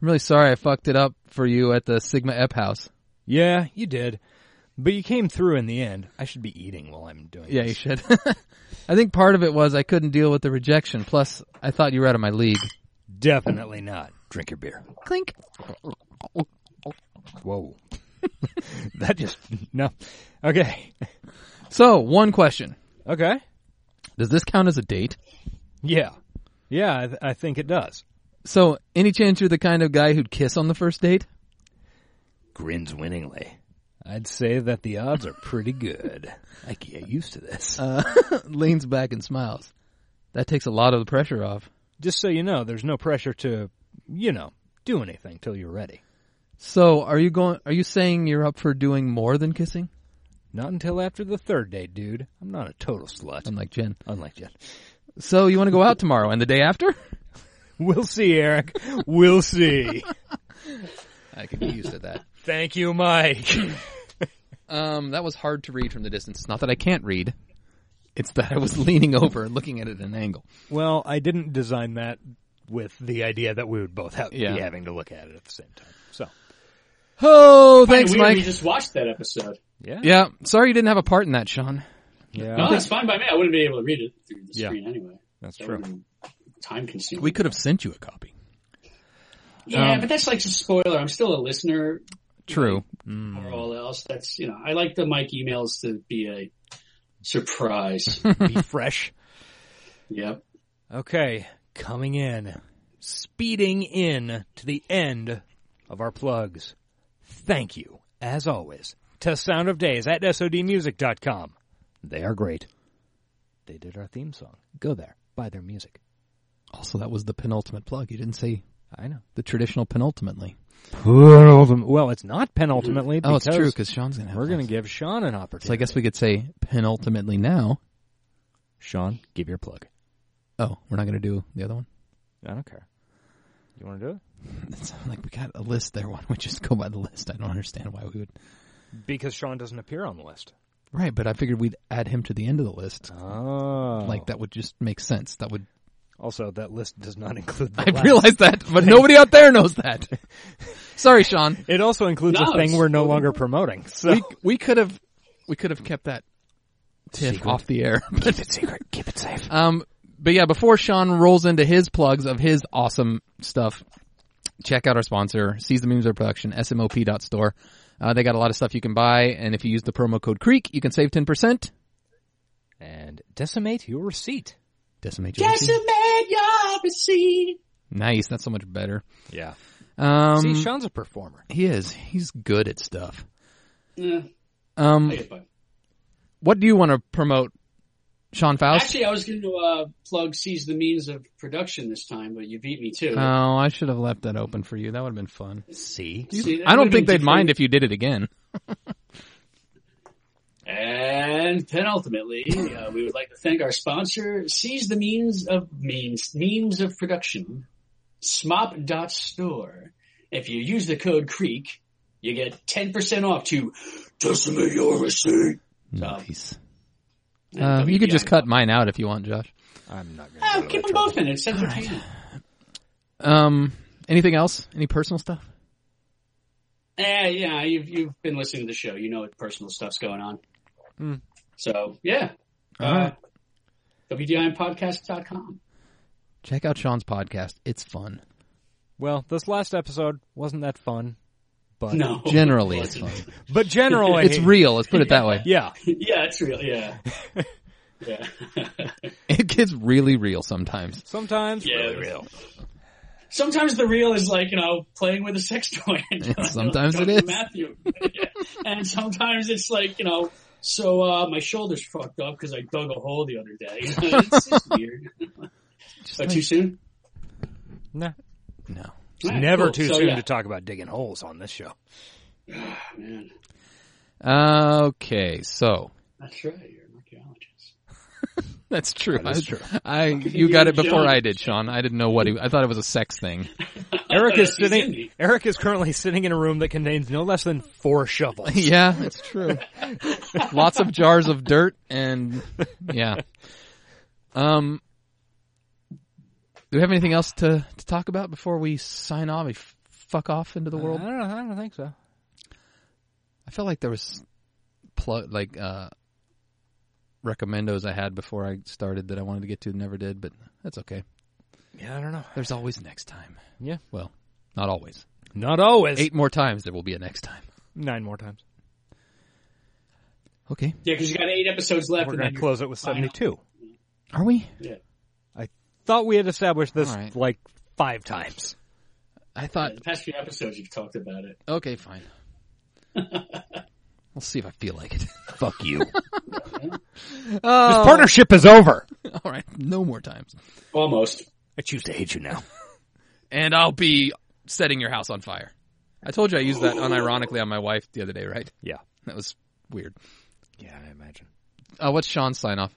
[SPEAKER 3] I'm really sorry I fucked it up for you at the Sigma Ep house.
[SPEAKER 2] Yeah, you did. But you came through in the end. I should be eating while I'm doing
[SPEAKER 3] Yeah, you
[SPEAKER 2] this.
[SPEAKER 3] should. I think part of it was I couldn't deal with the rejection. Plus, I thought you were out of my league.
[SPEAKER 2] Definitely not. Drink your beer.
[SPEAKER 3] Clink.
[SPEAKER 2] Whoa. that just, no. Okay.
[SPEAKER 3] So, one question.
[SPEAKER 2] Okay.
[SPEAKER 3] Does this count as a date?
[SPEAKER 2] Yeah. Yeah, I, th- I think it does.
[SPEAKER 3] So, any chance you're the kind of guy who'd kiss on the first date?
[SPEAKER 2] Grins winningly. I'd say that the odds are pretty good. I get used to this.
[SPEAKER 3] Uh, leans back and smiles. That takes a lot of the pressure off.
[SPEAKER 2] Just so you know, there's no pressure to, you know, do anything till you're ready.
[SPEAKER 3] So, are you going? Are you saying you're up for doing more than kissing?
[SPEAKER 2] Not until after the third date, dude. I'm not a total slut.
[SPEAKER 3] Unlike Jen.
[SPEAKER 2] Unlike Jen.
[SPEAKER 3] So you want to go out tomorrow and the day after?
[SPEAKER 2] We'll see, Eric. We'll see.
[SPEAKER 3] I could be used to that.
[SPEAKER 2] Thank you, Mike.
[SPEAKER 3] um, that was hard to read from the distance. Not that I can't read. It's that I was leaning over and looking at it at an angle.
[SPEAKER 2] Well, I didn't design that with the idea that we would both have
[SPEAKER 3] Yeah.
[SPEAKER 2] be having to look at it at the same time. So
[SPEAKER 3] Oh, thanks,
[SPEAKER 4] Kinda weird
[SPEAKER 3] Mike.
[SPEAKER 4] We just watched that episode.
[SPEAKER 2] Yeah.
[SPEAKER 3] Yeah. Sorry you didn't have a part in that, Sean.
[SPEAKER 2] Yeah.
[SPEAKER 4] No, that's fine by me. I wouldn't be able to read it through the
[SPEAKER 3] Yeah.
[SPEAKER 4] screen anyway.
[SPEAKER 2] That's
[SPEAKER 4] That
[SPEAKER 2] true.
[SPEAKER 4] would've been Time-consuming.
[SPEAKER 3] We could have sent you a copy.
[SPEAKER 4] Yeah,
[SPEAKER 3] Um,
[SPEAKER 4] but that's like a spoiler. I'm still a listener
[SPEAKER 3] True. Mm.
[SPEAKER 4] for all else. That's you know, I like the Mike emails to be a surprise.
[SPEAKER 2] be fresh.
[SPEAKER 4] yep.
[SPEAKER 2] Okay, coming in, speeding in to the end of our plugs. Thank you, as always, to Sound of Days at SODmusic.com. They are great. They did our theme song. Go there, buy their music.
[SPEAKER 3] Also, that was the penultimate plug. You didn't say
[SPEAKER 2] I know.
[SPEAKER 3] the traditional penultimately.
[SPEAKER 2] Well, it's not penultimately.
[SPEAKER 3] Oh, it's
[SPEAKER 2] because
[SPEAKER 3] true, 'cause Sean's gonna have
[SPEAKER 2] We're going to give Sean an
[SPEAKER 3] So I
[SPEAKER 2] opportunity.
[SPEAKER 3] guess we could say penultimately now.
[SPEAKER 2] Sean, give your plug.
[SPEAKER 3] Oh, we're not going to do the other one.
[SPEAKER 2] I don't care. You want to do it?
[SPEAKER 3] It's like we got a list there. Why don't we just go by the list? I don't understand why we would.
[SPEAKER 2] Because Sean doesn't appear on the list.
[SPEAKER 3] Right, but I figured we'd add him to the end of the list.
[SPEAKER 2] Oh.
[SPEAKER 3] Like that would just make sense. That would.
[SPEAKER 2] Also, that list does not include. The
[SPEAKER 3] I
[SPEAKER 2] last-
[SPEAKER 3] realize that, but nobody out there knows that. Sorry, Sean.
[SPEAKER 2] It also includes
[SPEAKER 3] No,
[SPEAKER 2] a thing
[SPEAKER 3] it's-
[SPEAKER 2] we're no longer promoting. So
[SPEAKER 3] We we could have we could have kept that tiff off the air.
[SPEAKER 2] keep it secret. Keep it safe.
[SPEAKER 3] Um, but yeah, before Sean rolls into his plugs of his awesome stuff, check out our sponsor, Seize the Memes Our Production, smop.store. Uh, they got a lot of stuff you can buy, and if you use the promo code CREEK, you can save 10%.
[SPEAKER 2] And decimate your receipt.
[SPEAKER 3] Decimate your receipt.
[SPEAKER 4] Decimate your receipt.
[SPEAKER 3] Nice, that's so much better.
[SPEAKER 2] Yeah. Hmm.
[SPEAKER 3] Um,
[SPEAKER 2] See, Sean's a performer.
[SPEAKER 3] He is. He's good at stuff.
[SPEAKER 4] Yeah.
[SPEAKER 3] Um,
[SPEAKER 4] Okay, fine.
[SPEAKER 3] what do you want to promote, Sean Faust?
[SPEAKER 4] Actually, I was going to uh, plug "Seize the Means of Production" this time, but you beat me too.
[SPEAKER 3] oh, I should have left that open for you. That would have been fun.
[SPEAKER 2] See,
[SPEAKER 4] See, that
[SPEAKER 3] I don't
[SPEAKER 4] would've been
[SPEAKER 3] think they'd mind
[SPEAKER 4] different.
[SPEAKER 3] if you did it again.
[SPEAKER 4] And penultimately, uh, we would like to thank our sponsor, Seize the Means of Means Means of Production, Smop.store. If you use the code CREEK, you get 10% off to decimate your receipt.
[SPEAKER 3] Nice.
[SPEAKER 4] So,
[SPEAKER 3] Uh, you
[SPEAKER 4] WBI.
[SPEAKER 3] could just cut mine out if you want, Josh.
[SPEAKER 2] I'm not going
[SPEAKER 4] Oh, keep them both in. It's sensitive.
[SPEAKER 3] Um, anything else? Any personal stuff?
[SPEAKER 4] Eh, yeah, you've, you've been listening to the show. You know what personal stuff's going on.
[SPEAKER 3] Hmm.
[SPEAKER 4] So, yeah.
[SPEAKER 3] All right.
[SPEAKER 4] Uh, WDIMpodcast.com.
[SPEAKER 3] Check out Sean's podcast. It's fun.
[SPEAKER 2] Well, this last episode wasn't that fun, but
[SPEAKER 4] No.
[SPEAKER 3] Generally, it's fun.
[SPEAKER 2] but generally,
[SPEAKER 3] It's real. Let's put it that way.
[SPEAKER 2] Yeah,
[SPEAKER 4] yeah, it's real. Yeah. yeah.
[SPEAKER 3] It gets really real sometimes.
[SPEAKER 2] sometimes
[SPEAKER 4] Yeah,
[SPEAKER 2] really
[SPEAKER 4] it was-
[SPEAKER 2] real.
[SPEAKER 4] Sometimes the real is like, you know, playing with a sex toy.
[SPEAKER 3] And sometimes it
[SPEAKER 4] Talking to
[SPEAKER 3] is.
[SPEAKER 4] Matthew. Yeah. And sometimes it's like, you know, so uh, my shoulder's fucked up because I dug a hole the other day. it's just weird.
[SPEAKER 3] Just
[SPEAKER 4] Oh,
[SPEAKER 3] like-
[SPEAKER 4] too soon?
[SPEAKER 2] Nah.
[SPEAKER 3] no.
[SPEAKER 2] It's
[SPEAKER 4] Alright,
[SPEAKER 2] never
[SPEAKER 4] cool.
[SPEAKER 2] too
[SPEAKER 4] So,
[SPEAKER 2] soon
[SPEAKER 4] yeah.
[SPEAKER 2] to talk about digging holes on this show.
[SPEAKER 4] Ah, man,
[SPEAKER 3] Uh, Okay, so
[SPEAKER 4] that's right. You're an archaeologist.
[SPEAKER 3] that's true.
[SPEAKER 2] That is true.
[SPEAKER 3] I you got it before
[SPEAKER 4] Jones.
[SPEAKER 3] I did, Sean. I didn't know what he. I thought it was a sex thing.
[SPEAKER 2] Eric is
[SPEAKER 4] He's in
[SPEAKER 2] sitting.
[SPEAKER 4] me.
[SPEAKER 2] Eric is currently sitting in a room that contains no less than four shovels.
[SPEAKER 3] yeah, it's true. Lots of jars of dirt and yeah. Um, do we have anything else to to talk about before we sign off? We f- fuck off into the world.
[SPEAKER 2] I don't, know, I don't think so.
[SPEAKER 3] Uh, I felt like there was plug like uh recommendos I had before I started that I wanted to get to and never did, but that's okay.
[SPEAKER 2] Yeah, I don't know.
[SPEAKER 3] There's always next time.
[SPEAKER 2] Yeah.
[SPEAKER 3] Well, not always.
[SPEAKER 2] Not always.
[SPEAKER 3] Eight more times there will be a next time.
[SPEAKER 2] Nine more times.
[SPEAKER 3] Okay.
[SPEAKER 4] Yeah, because you got eight episodes left.
[SPEAKER 2] We're
[SPEAKER 4] and
[SPEAKER 2] going
[SPEAKER 4] then
[SPEAKER 2] to
[SPEAKER 4] you're
[SPEAKER 2] close it with
[SPEAKER 4] fine.
[SPEAKER 2] 72.
[SPEAKER 3] Are we?
[SPEAKER 2] Thought we had established this
[SPEAKER 3] All right.
[SPEAKER 2] like five times.
[SPEAKER 3] I thought
[SPEAKER 4] The past few episodes, you've talked about it.
[SPEAKER 3] okay, fine. We'll see if I feel like it.
[SPEAKER 2] Fuck you.
[SPEAKER 3] Oh,
[SPEAKER 2] This partnership is over.
[SPEAKER 3] all right. No more times.
[SPEAKER 4] Almost.
[SPEAKER 2] I choose to hate you now.
[SPEAKER 3] And I'll be setting your house on fire. I told you I used that unironically on my wife the other day, right?
[SPEAKER 2] Yeah.
[SPEAKER 3] That was weird.
[SPEAKER 2] Yeah, I imagine.
[SPEAKER 3] Uh, what's Sean's sign off?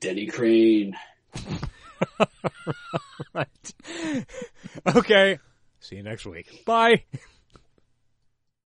[SPEAKER 4] Denny Crane.
[SPEAKER 2] right. Okay. See you next week. Bye.